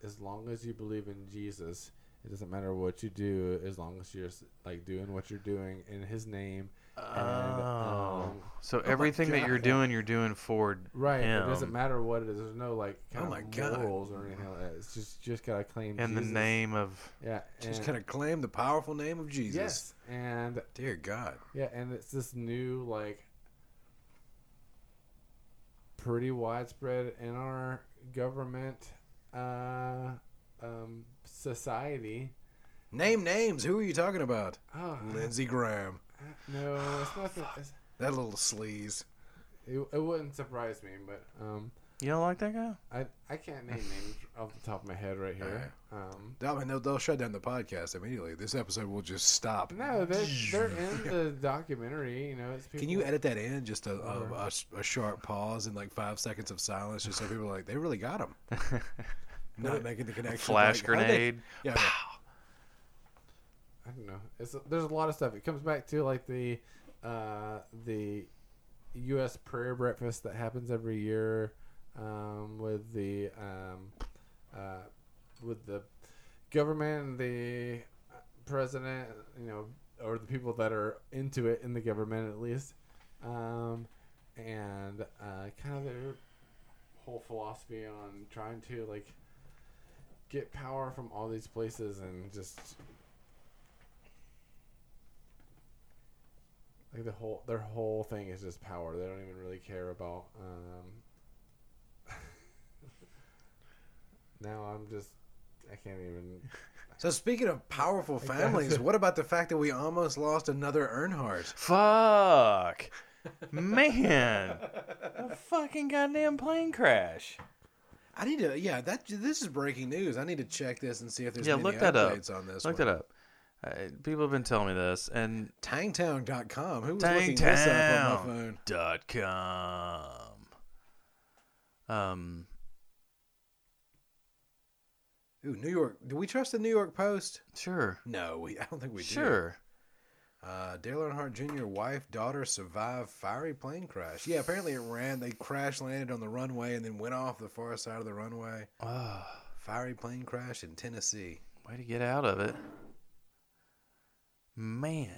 Speaker 1: as long as you believe in Jesus, it doesn't matter what you do, as long as you're s- like doing what you're doing in His name. And,
Speaker 6: Oh.
Speaker 1: um,
Speaker 6: So everything that you're
Speaker 5: God.
Speaker 6: doing, you're doing for.
Speaker 1: right. It doesn't
Speaker 6: Him.
Speaker 1: matter what it is. There's no like
Speaker 5: Oh
Speaker 1: kind
Speaker 5: my
Speaker 1: of
Speaker 5: God.
Speaker 1: morals or anything like that. It's just just gotta claim
Speaker 6: In the
Speaker 1: Jesus.
Speaker 6: name of.
Speaker 1: Yeah.
Speaker 5: Just
Speaker 1: and-
Speaker 5: gonna claim the powerful name of Jesus.
Speaker 1: Yes. And
Speaker 5: Dear God.
Speaker 1: Yeah, and it's this new like pretty widespread in our government uh um society.
Speaker 5: Name names. Who are you talking about?
Speaker 1: Oh,
Speaker 5: Lindsey Graham.
Speaker 1: no, it's not that, it's,
Speaker 5: That little sleaze.
Speaker 1: it, it wouldn't surprise me, but um
Speaker 6: You don't like that guy?
Speaker 1: I I can't name names off the top of my head right here. Um
Speaker 5: I mean, they'll, they'll shut down the podcast immediately. This episode will just stop.
Speaker 1: no, they're, they're in the documentary, you know. It's people,
Speaker 5: Can you edit that in? Just a, a,
Speaker 1: Or-
Speaker 5: a s- a sharp pause and like five seconds of silence, just so people are like, they really got him. Not making the connection.
Speaker 6: Flash
Speaker 5: like, how did they-
Speaker 6: grenade.
Speaker 5: Yeah, yeah.
Speaker 1: I don't know. It's there's a lot of stuff. It comes back to like the uh, the U.S. prayer breakfast that happens every year um, with the um, uh, with the government, and the president, you know, or the people that are into it in the government at least, um, and uh, kind of their whole philosophy on trying to like get power from all these places and just like the whole their whole thing is just power. They don't even really care about. Um, now I'm just I can't even.
Speaker 5: So speaking of powerful families, what about the fact that we almost lost another Earnhardt?
Speaker 6: Fuck. Man. A fucking goddamn plane crash.
Speaker 5: I need to. Yeah, that this is breaking news. I need to check this and see if there's
Speaker 6: Yeah,
Speaker 5: any
Speaker 6: look that up.
Speaker 5: updates on this.
Speaker 6: Look
Speaker 5: one.
Speaker 6: that up. Uh, people have been telling me this, and
Speaker 5: Tangtown.com. Who was looking this up on my phone?
Speaker 6: TangTown.com. Um,
Speaker 5: Ooh, New York. Do we trust the New York Post?
Speaker 6: sure,
Speaker 5: No, we. I don't think we do.
Speaker 6: sure.
Speaker 5: Uh, Dale Earnhardt Jr. wife daughter survived fiery plane crash. Yeah, apparently it ran. They crash landed on the runway and then went off the far side of the runway.
Speaker 6: Oh,
Speaker 5: Fiery plane crash in Tennessee.
Speaker 6: way to get out of it, man.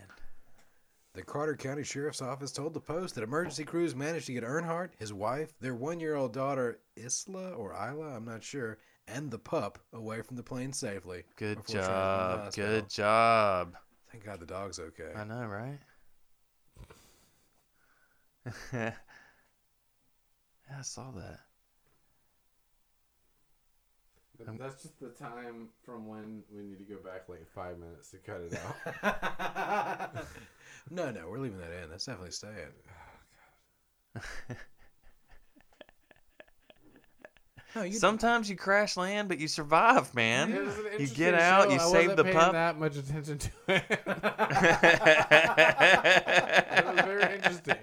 Speaker 5: The Carter County Sheriff's Office told the Post that emergency crews managed to get Earnhardt, his wife, their one-year-old daughter Isla or Isla, I'm not sure, and the pup away from the plane safely.
Speaker 6: Good
Speaker 5: before transferring to the
Speaker 6: job.
Speaker 5: hospital.
Speaker 6: Good job.
Speaker 5: Thank God the dog's okay.
Speaker 6: I know, right? yeah, I saw that.
Speaker 1: but that's just the time from when we need to go back like five minutes to cut it out.
Speaker 5: No, no, we're leaving that in. That's definitely staying. Oh, no, you
Speaker 6: Sometimes you crash land, but you survive, man.
Speaker 1: It was an
Speaker 6: you
Speaker 1: interesting
Speaker 6: get out,
Speaker 1: show.
Speaker 6: you
Speaker 1: I
Speaker 6: save
Speaker 1: wasn't
Speaker 6: the
Speaker 1: paying
Speaker 6: pup.
Speaker 1: That much attention to it. it was
Speaker 6: All
Speaker 1: very interesting.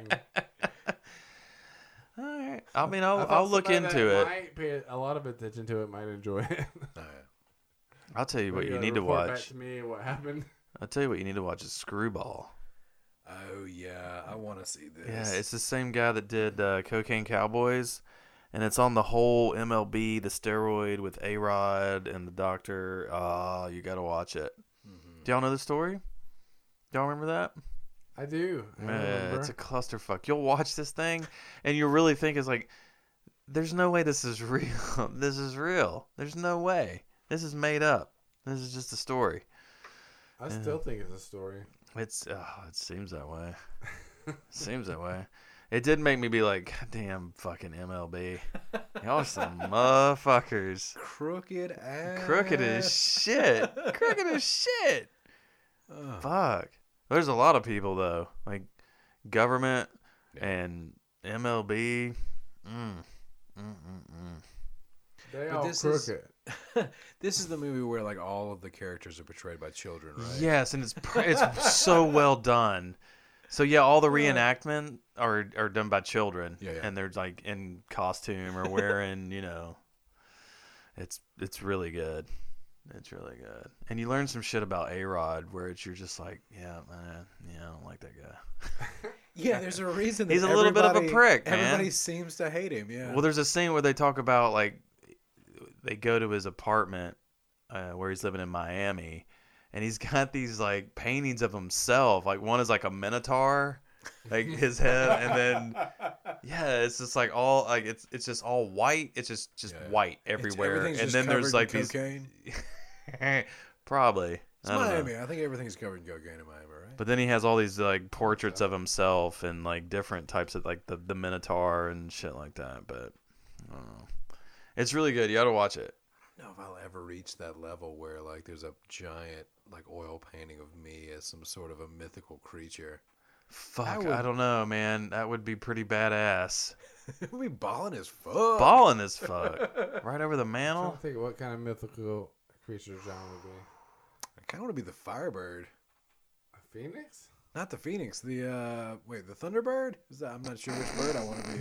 Speaker 6: right. I mean, I'll,
Speaker 1: I thought
Speaker 6: I'll look
Speaker 1: somebody
Speaker 6: into
Speaker 1: that
Speaker 6: it.
Speaker 1: Might pay a lot of attention to it. Might enjoy it.
Speaker 5: No, yeah.
Speaker 6: I'll tell you what you
Speaker 1: Maybe, uh,
Speaker 6: need to
Speaker 1: report Back
Speaker 6: watch.
Speaker 1: to me what happened.
Speaker 6: I'll tell you what you need to watch is Screwball.
Speaker 5: Oh yeah, I want to see this.
Speaker 6: Yeah, it's the same guy that did uh, Cocaine Cowboys, and it's on the whole MLB, the steroid with A Rod and the doctor. Ah, you got to watch it.
Speaker 1: Mm-hmm.
Speaker 6: Do y'all know the story? Y'all remember that?
Speaker 1: I do. I
Speaker 6: Yeah,
Speaker 1: remember.
Speaker 6: it's a clusterfuck. You'll watch this thing, and you'll really think it's like, there's no way this is real. this is real. There's no way. This is made up. This is just a story.
Speaker 1: I still think it's a story.
Speaker 6: It's oh, it seems that way. seems that way. It did make me be like, "God damn fucking MLB. Y'all are some motherfuckers.
Speaker 5: crooked ass.
Speaker 6: Crooked as shit. Crooked as shit. Fuck. There's a lot of people though. Like government and MLB. Mm. Mm-mm-mm.
Speaker 1: They
Speaker 5: But
Speaker 1: all
Speaker 5: this
Speaker 1: crooked.
Speaker 5: is- this is the movie where like all of the characters are portrayed by children, right?
Speaker 6: Yes, and it's pr- it's so well done. So yeah, all the reenactment are are done by children,
Speaker 5: Yeah, yeah.
Speaker 6: and they're like in costume or wearing, you know. It's it's really good. It's really good, and you learn some shit about A Rod, where it's you're just like, yeah, man, yeah, I don't like that guy.
Speaker 5: Yeah, there's a reason.
Speaker 6: He's
Speaker 5: that
Speaker 6: a little bit of a
Speaker 5: everybody-
Speaker 6: prick, man.
Speaker 5: Everybody seems to hate him. Yeah.
Speaker 6: Well, there's a scene where they talk about like they go to his apartment uh, where he's living in Miami, and he's got these like paintings of himself. Like one is like a minotaur, like his head, and then yeah, it's just like all like it's it's just all white. It's just just
Speaker 5: Yeah.
Speaker 6: white
Speaker 5: It's-
Speaker 6: everywhere,
Speaker 5: everything's
Speaker 6: and
Speaker 5: just
Speaker 6: then there's
Speaker 5: covered
Speaker 6: like
Speaker 5: in
Speaker 6: these
Speaker 5: cocaine.
Speaker 6: probably.
Speaker 5: It's
Speaker 6: I don't know.
Speaker 5: Miami. I think everything's covered in cocaine in Miami, right?
Speaker 6: But then he has all these like portraits of himself and like different types of like the, the Minotaur and shit like that. But I don't know. It's really good. You ought to watch it.
Speaker 5: I don't know if I'll ever reach that level where like there's a giant like oil painting of me as some sort of a mythical creature.
Speaker 6: Fuck,
Speaker 5: would-
Speaker 6: I don't know, man. That would be pretty badass.
Speaker 5: It would be balling as fuck.
Speaker 6: Balling as fuck. right over the
Speaker 1: I'm
Speaker 6: mantle.
Speaker 1: trying to think what kind of mythical creature John would be.
Speaker 5: I kind of want to be the Firebird,
Speaker 1: A phoenix?
Speaker 5: not the Phoenix. The uh, wait, the Thunderbird? Is that, I'm not sure which bird I want to be.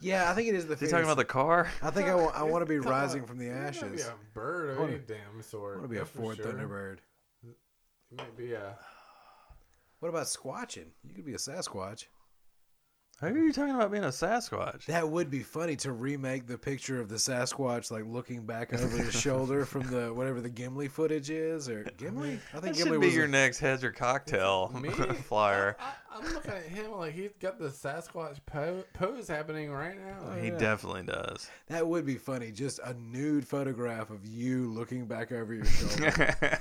Speaker 5: Yeah, I think it is the.
Speaker 6: Is he
Speaker 5: Phoenix.
Speaker 6: talking about the car?
Speaker 5: I think I want. I want to be
Speaker 1: Come on.
Speaker 5: rising from the
Speaker 1: You might not Be
Speaker 5: ashes. I
Speaker 1: a bird of
Speaker 5: wanna-
Speaker 1: any damn sort.
Speaker 5: want to be a
Speaker 1: that's for
Speaker 5: Ford
Speaker 1: sure.
Speaker 5: Thunderbird.
Speaker 1: You might be a.
Speaker 5: What about squatching? You could be a Sasquatch.
Speaker 6: Who are you talking about being a Sasquatch?
Speaker 5: That would be funny to remake the picture of the Sasquatch like looking back over his shoulder from the whatever the Gimli footage is or Gimli. I
Speaker 6: That
Speaker 5: think Gimli
Speaker 6: should be
Speaker 5: was
Speaker 6: your
Speaker 5: a-
Speaker 6: next heads or cocktail
Speaker 1: Me?
Speaker 6: flyer.
Speaker 1: I, I'm looking at him like he's got the Sasquatch po- pose happening right now.
Speaker 6: He
Speaker 5: yeah.
Speaker 6: definitely does.
Speaker 5: that would be funny. Just a nude photograph of you looking back over your shoulder.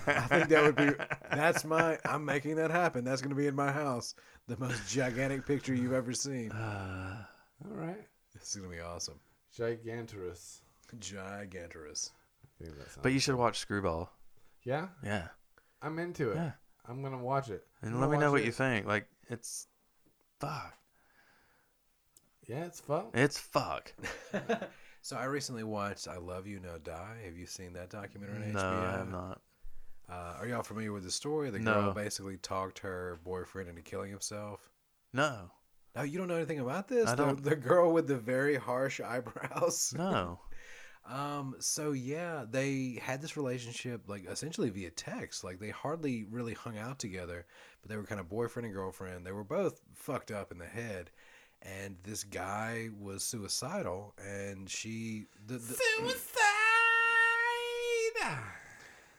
Speaker 5: I think that would be. That's my. I'm making that happen. That's going to be in my house. The most gigantic picture you've ever seen.
Speaker 6: Uh.
Speaker 1: All right.
Speaker 5: This is going to be awesome.
Speaker 1: Gigantorous.
Speaker 5: Gigantorous.
Speaker 1: I think that sounds-
Speaker 6: But you should watch Screwball.
Speaker 1: yeah,
Speaker 6: Yeah.
Speaker 1: I'm into it.
Speaker 6: Yeah.
Speaker 1: I'm gonna watch it. I'm
Speaker 6: And
Speaker 1: gonna
Speaker 6: let me know
Speaker 1: watch
Speaker 6: what
Speaker 1: it.
Speaker 6: you think. Like, it's fuck.
Speaker 1: Yeah, it's fun.
Speaker 6: It's fuck.
Speaker 5: So I recently watched "I Love You No Die." Have you seen that documentary on
Speaker 6: No,
Speaker 5: HBO?
Speaker 6: I have not.
Speaker 5: Uh, are y'all familiar with the story? The
Speaker 6: No.
Speaker 5: girl basically talked her boyfriend into killing himself.
Speaker 6: No.
Speaker 5: No, you don't know anything about this.
Speaker 6: I
Speaker 5: the,
Speaker 6: don't.
Speaker 5: the girl with the very harsh eyebrows.
Speaker 6: No.
Speaker 5: Um. So yeah, they had this relationship like essentially via text. Like they hardly really hung out together, but they were kind of boyfriend and girlfriend. They were both fucked up in the head, and this guy was suicidal, and she the, the,
Speaker 1: Suicide.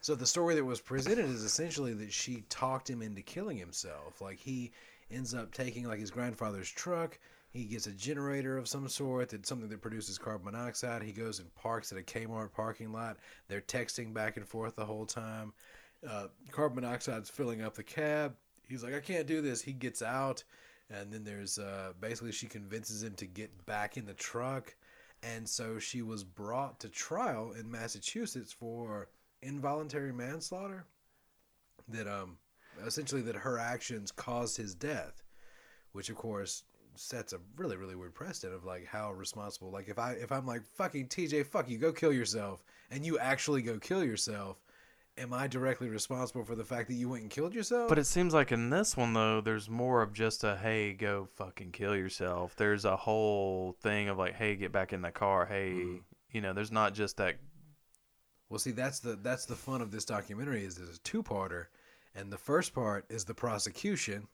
Speaker 5: So the story that was presented is essentially that she talked him into killing himself. Like he ends up taking like his grandfather's truck. He gets a generator of some sort that something that produces carbon monoxide. He goes and parks at a Kmart parking lot. They're texting back and forth the whole time. Uh, carbon monoxide's filling up the cab. He's like, I can't do this. He gets out, and then there's uh, basically she convinces him to get back in the truck, and so she was brought to trial in Massachusetts for involuntary manslaughter that um essentially that her actions caused his death which of course sets a really really weird precedent of like how responsible like if i if i'm like fucking tj fuck you go kill yourself and you actually go kill yourself am i directly responsible for the fact that you went and killed yourself
Speaker 6: But it seems like in this one though, there's more of just a hey, go fucking kill yourself. There's a whole thing of like, hey, get back in the car. Hey,
Speaker 5: Mm-hmm.
Speaker 6: you know, there's not just that.
Speaker 5: Well, see, that's the that's the fun of this documentary is it's a two parter, and the first part is the prosecution,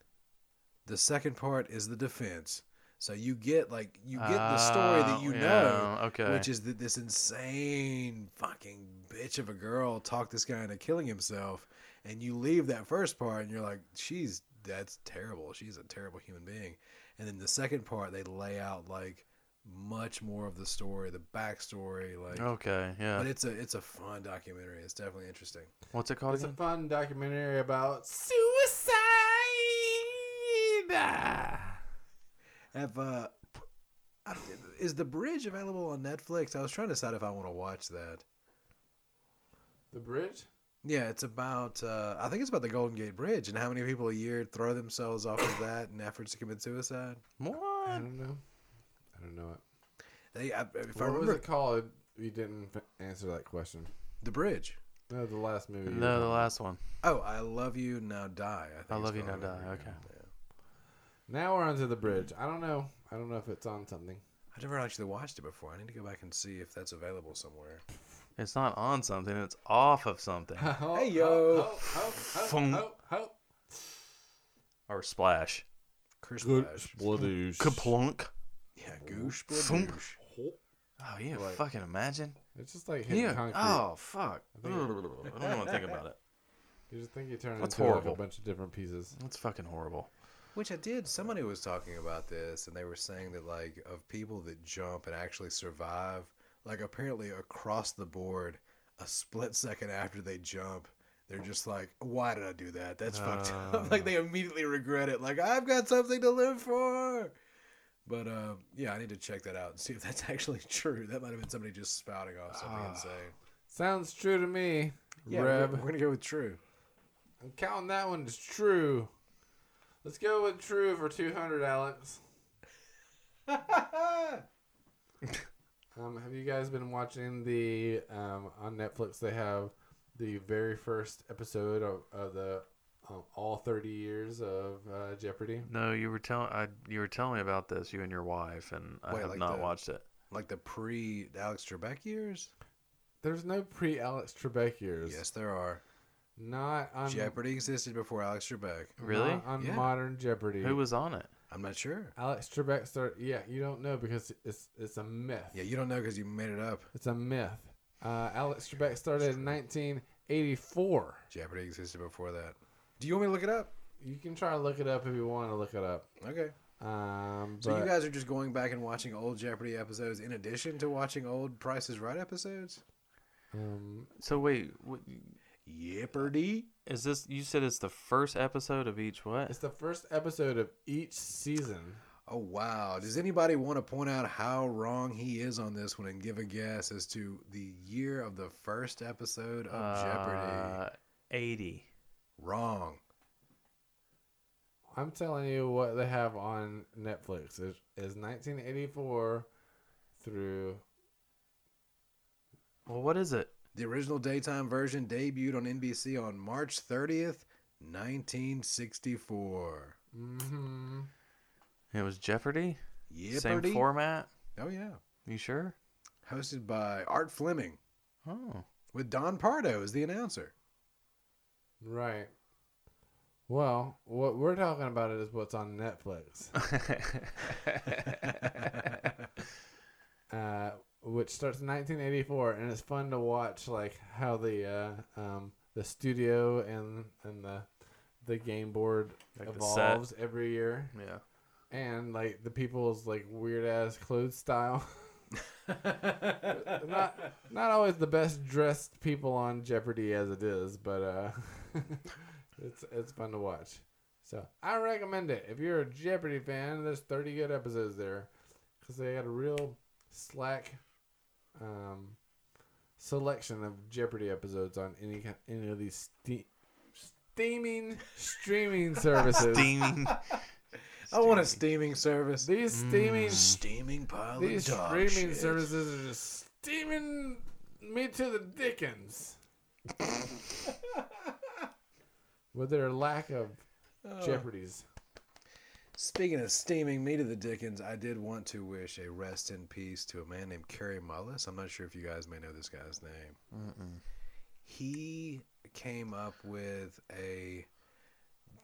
Speaker 5: the second part is the defense. So you get like you get the story that
Speaker 6: Oh,
Speaker 5: you
Speaker 6: yeah,
Speaker 5: know,
Speaker 6: okay.
Speaker 5: which is that this insane fucking bitch of a girl talked this guy into killing himself, and you leave that first part and you're like, she's that's terrible. She's a terrible human being. And then the second part, they lay out like much more of the story, the backstory, like
Speaker 6: Okay, yeah.
Speaker 5: but it's a it's a fun documentary. It's definitely interesting.
Speaker 6: What's it called
Speaker 1: It's a
Speaker 6: again?
Speaker 1: fun documentary about suicide.
Speaker 5: Have uh, I- is the bridge available on Netflix? I was trying to decide if I want to watch that.
Speaker 1: The bridge.
Speaker 5: Yeah, it's about uh, I think it's about the Golden Gate Bridge and how many people a year throw themselves off of that in efforts to commit suicide.
Speaker 1: I
Speaker 6: What?
Speaker 1: don't know. I don't know it.
Speaker 5: They, I, if I
Speaker 1: what was
Speaker 5: remember,
Speaker 1: it called? you didn't f- answer that question.
Speaker 5: The Bridge.
Speaker 1: No, the last movie. you
Speaker 6: No,
Speaker 1: were
Speaker 6: the
Speaker 1: on.
Speaker 6: last one.
Speaker 5: Oh, I love you now. Die. I, think
Speaker 6: I
Speaker 5: it's
Speaker 6: love you now.
Speaker 5: called.
Speaker 6: Die. Okay.
Speaker 1: Now we're onto the bridge. I don't know. I don't know if it's on something.
Speaker 5: I never actually watched it before. I need to go back and see if that's available somewhere.
Speaker 6: It's not on something. It's off of something.
Speaker 1: Hey
Speaker 5: yo.
Speaker 6: Fung. or splash.
Speaker 5: Chris Pratt.
Speaker 6: Kaplunk.
Speaker 5: Yeah, Goosh. blah,
Speaker 6: Thump.
Speaker 5: Goosh.
Speaker 6: Oh, yeah.
Speaker 1: Like-
Speaker 6: fucking imagine.
Speaker 1: It's just like hitting
Speaker 6: Yeah.
Speaker 1: concrete.
Speaker 6: Oh, fuck. I
Speaker 1: think
Speaker 6: don't want to think about it.
Speaker 1: You just think you turn
Speaker 6: That's
Speaker 1: into like,
Speaker 6: horrible.
Speaker 1: a bunch of different pieces.
Speaker 6: That's fucking horrible.
Speaker 5: Which I did. Somebody was talking about this, and they were saying that like of people that jump and actually survive, like apparently across the board, a split second after they jump, they're just like, "Why did I do that? That's fucked up." Like they immediately regret it. Like I've got something to live for. But uh, yeah, I need to check that out and see if that's actually true. That might have been somebody just spouting off something insane.
Speaker 1: Sounds true to me,
Speaker 5: Yeah, we're-
Speaker 1: Reb.
Speaker 5: we're gonna go with true.
Speaker 1: I'm counting that one as true. Let's go with true for 200, Alex. um, have you guys been watching the um, on Netflix? They have the very first episode of, of the um, all 30 years of uh, Jeopardy.
Speaker 6: No, you were telling I you were telling me about this, you and your wife, and I
Speaker 5: Wait,
Speaker 6: have
Speaker 5: like
Speaker 6: not
Speaker 5: the-
Speaker 6: watched it.
Speaker 5: Like the pre Alex Trebek years.
Speaker 1: There's no pre Alex Trebek years.
Speaker 5: Yes, there are.
Speaker 1: Not on
Speaker 5: Jeopardy existed before Alex Trebek.
Speaker 6: Really?
Speaker 1: not on
Speaker 5: Yeah.
Speaker 1: modern Jeopardy.
Speaker 6: Who was on it?
Speaker 5: I'm not sure.
Speaker 1: Alex Trebek started. Yeah, you don't know because it's it's a myth.
Speaker 5: Yeah, you don't know because you made it up.
Speaker 1: It's a myth. Uh, Alex Trebek started in 1984.
Speaker 5: Jeopardy existed before that. Do you want me to look it up?
Speaker 1: You can try to look it up if you want to look it up.
Speaker 5: Okay.
Speaker 1: Um,
Speaker 5: So
Speaker 1: but
Speaker 5: you guys are just going back and watching old Jeopardy episodes in addition to watching old Price is Right episodes?
Speaker 1: um,
Speaker 6: So wait, what,
Speaker 5: Jeopardy.
Speaker 6: is this? You said it's the first episode of each what?
Speaker 1: it's the first episode of each season.
Speaker 5: Oh wow. Does anybody want to point out how wrong he is on this one and give a guess as to the year of the first episode of Jeopardy?
Speaker 6: Uh, Eighty.
Speaker 5: Wrong.
Speaker 1: I'm telling you what they have on Netflix is, is 1984 through
Speaker 6: Well, what is it?
Speaker 5: The original daytime version debuted on NBC on March 30th, 1964.
Speaker 1: hmm
Speaker 6: It was Jeopardy.
Speaker 5: Jeopardy.
Speaker 6: Same format.
Speaker 5: Oh yeah.
Speaker 6: You sure?
Speaker 5: hosted by Art Fleming
Speaker 6: Oh,
Speaker 5: with Don Pardo as the announcer.
Speaker 1: right. Well, what we're talking about is what's on Netflix, uh, which starts in 1984, and it's fun to watch, like how the uh, um, the studio and and the the game board
Speaker 6: Like the set.
Speaker 1: evolves every year,
Speaker 6: yeah.
Speaker 1: and like the people's like weird ass clothes style. not not always the best dressed people on Jeopardy as it is, but uh, it's it's fun to watch. So I recommend it if you're a Jeopardy fan. There's 30 good episodes there because they got a real slack um, selection of Jeopardy episodes on any ki- any of these ste- steaming streaming services.
Speaker 6: Steaming.
Speaker 5: I want a steaming service.
Speaker 1: These steaming
Speaker 5: steaming pile
Speaker 1: Mm. these
Speaker 5: of dog
Speaker 1: streaming
Speaker 5: shit.
Speaker 1: services are just steaming me to the dickens with their lack of Oh. jeopardies.
Speaker 5: Speaking of steaming me to the Dickens, I did want to wish a rest in peace to a man named Kerry Mullis. I'm not sure if you guys may know this guy's name. He came up with a.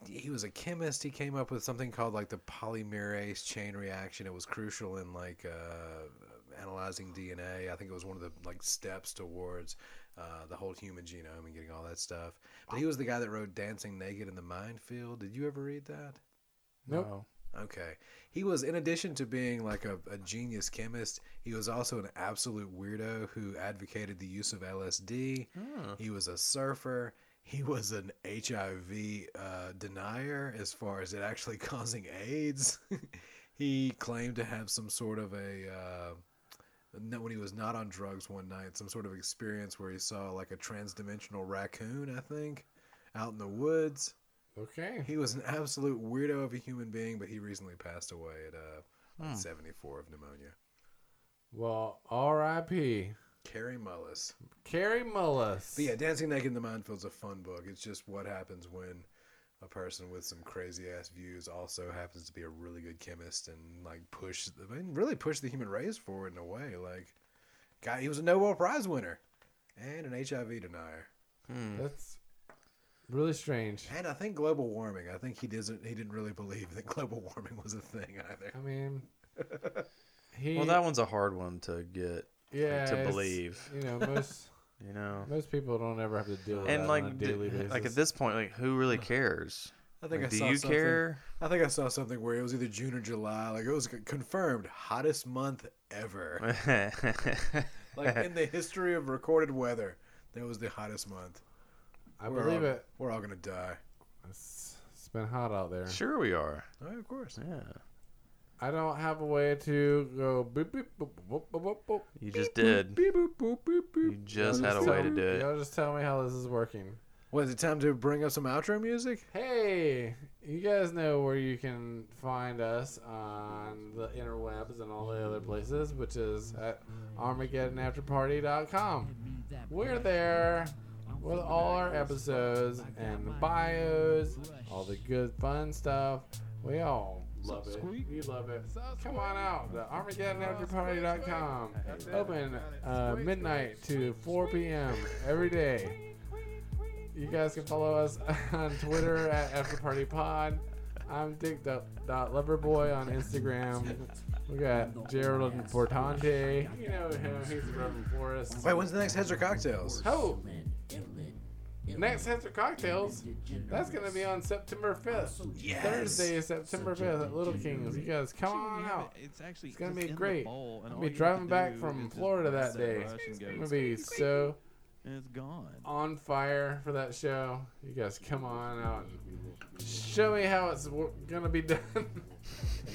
Speaker 5: He was a chemist. He came up with something called like the polymerase chain reaction. It was crucial in like uh, analyzing DNA. I think it was one of the like steps towards uh, the whole human genome and getting all that stuff. But he was the guy that wrote "Dancing Naked in the Minefield." Did you ever read that?
Speaker 1: Nope.
Speaker 5: Okay. He was, in addition to being like a, a genius chemist, he was also an absolute weirdo who advocated the use of LSD. He was a surfer. He was an HIV uh, denier as far as it actually causing AIDS. he claimed to have some sort of a. Uh, no- when he was not on drugs one night, some sort of experience where he saw like a transdimensional raccoon, I think, out in the woods.
Speaker 1: Okay.
Speaker 5: He was an absolute weirdo of a human being, but he recently passed
Speaker 6: Hmm.
Speaker 5: away at uh, like 74 of pneumonia.
Speaker 1: Well, R.I.P.
Speaker 5: Carrie Mullis.
Speaker 1: Carrie Mullis.
Speaker 5: But yeah, Dancing Naked in the Minefield's a fun book. It's just what happens when a person with some crazy ass views also happens to be a really good chemist and like push, the, I mean, really push the human race forward in a way. Like, guy, he was a Nobel Prize winner and an HIV denier.
Speaker 1: That's Mm. really strange.
Speaker 5: And I think global warming. I think he doesn't. He didn't really believe that global warming was a thing either.
Speaker 1: I mean, he.
Speaker 6: Well, that one's a hard one to get.
Speaker 1: yeah,
Speaker 6: to
Speaker 1: it's-
Speaker 6: believe.
Speaker 1: You know, most
Speaker 6: You know.
Speaker 1: most people don't ever have to deal with
Speaker 6: And
Speaker 1: that on a
Speaker 6: like, d-
Speaker 1: daily basis.
Speaker 6: like at this point, like who really cares?
Speaker 5: I think
Speaker 6: Like,
Speaker 5: I
Speaker 6: do
Speaker 5: saw
Speaker 6: you
Speaker 5: something-
Speaker 6: care?
Speaker 5: I think I saw something where it was either June or July. Like it was confirmed hottest month ever. like in the history of recorded weather, that was the hottest month.
Speaker 1: I
Speaker 5: We're
Speaker 1: believe
Speaker 5: all,
Speaker 1: it.
Speaker 5: We're all gonna die.
Speaker 1: It's- it's been hot out there.
Speaker 6: sure, we are.
Speaker 5: Oh, of course.
Speaker 6: Yeah.
Speaker 1: I don't have a way to go boop boop boop boop boop boop. boop.
Speaker 6: You just did.
Speaker 1: Beep, boop, boop, boop, boop.
Speaker 6: You just had a way to do it.
Speaker 1: Y'all just tell me how this is working.
Speaker 5: What is it time to bring up some outro music?
Speaker 1: Hey, you guys know where you can find us on the interwebs and all the other places, which is at ArmageddonAfterParty.com. We're there with all our episodes and bios, all the good fun stuff. We all love it. We love it. Come on out to ArmageddonAfterParty.com. Open uh, midnight to 4 p.m. every day. You guys can follow us on Twitter at AfterPartyPod. I'm Dick dot, dot Loverboy on Instagram. We got Gerald Portante. You know him. He's the Reverend Forest.
Speaker 5: Wait, when's the next Heads or Cocktails?
Speaker 1: Oh, next Henter Cocktails. That's gonna be on September 5th. Thursday, September 5th at Little Kings. You guys come on out.
Speaker 4: It's actually
Speaker 1: It's gonna
Speaker 4: just
Speaker 1: be
Speaker 4: in the
Speaker 1: great.
Speaker 4: bowl, and
Speaker 1: I'm
Speaker 4: all
Speaker 1: gonna
Speaker 4: you
Speaker 1: be
Speaker 4: have
Speaker 1: driving
Speaker 4: to
Speaker 1: back
Speaker 4: do
Speaker 1: from
Speaker 4: is just
Speaker 1: Florida
Speaker 4: press
Speaker 1: that day.
Speaker 4: brush and go,
Speaker 1: I'm gonna be so
Speaker 4: and it's gone.
Speaker 1: on fire for that show. You guys come on out and show me how it's wo- gonna be done.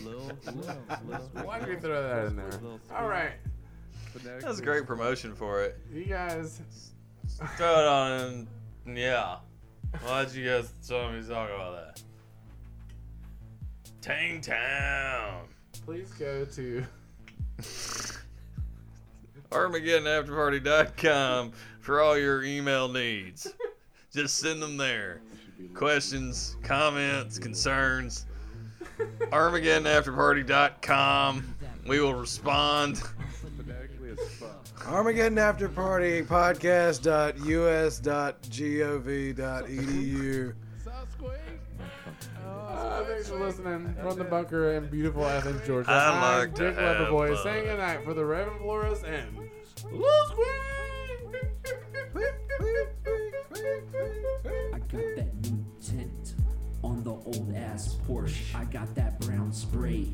Speaker 4: Lil, lil, lil.
Speaker 1: Why did we throw that in there? All right,
Speaker 6: That was great promotion for it.
Speaker 1: you guys.
Speaker 6: Throw it on. And, yeah. Why'd you guys tell me to talk about that? Tang Town.
Speaker 1: Please go to.
Speaker 6: ArmageddonAfterParty.com for all your email needs. Just send them there. Questions, comments, concerns. ArmageddonAfterParty.com. We will respond.
Speaker 5: Armageddon After Party Podcast dot us dot gov dot E edu.
Speaker 1: Uh, thanks for listening from the bunker in beautiful Athens, Georgia.
Speaker 6: I'd
Speaker 1: am
Speaker 6: like to
Speaker 1: Dick
Speaker 6: have
Speaker 1: Loverboy
Speaker 6: fun.
Speaker 1: saying goodnight for the Reverend Flores and Lil Squid.
Speaker 2: I got that new tint on the old ass Porsche. I got that brown spray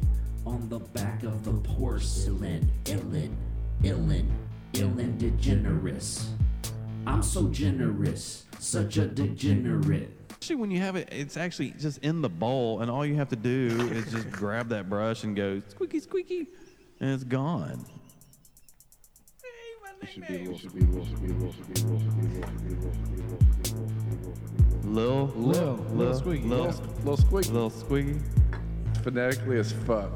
Speaker 2: on the back of the porcelain. Illin, illin, illin degenerous. I'm so generous, such a degenerate.
Speaker 4: Actually, when you have it, it's actually just in the bowl, and all you have to do is just grab that brush and go squeaky, squeaky, and it's gone. Lil, lil, lil, lil,
Speaker 7: Little squeaky.
Speaker 4: lil, squeaky.
Speaker 7: Phonetically as fuck.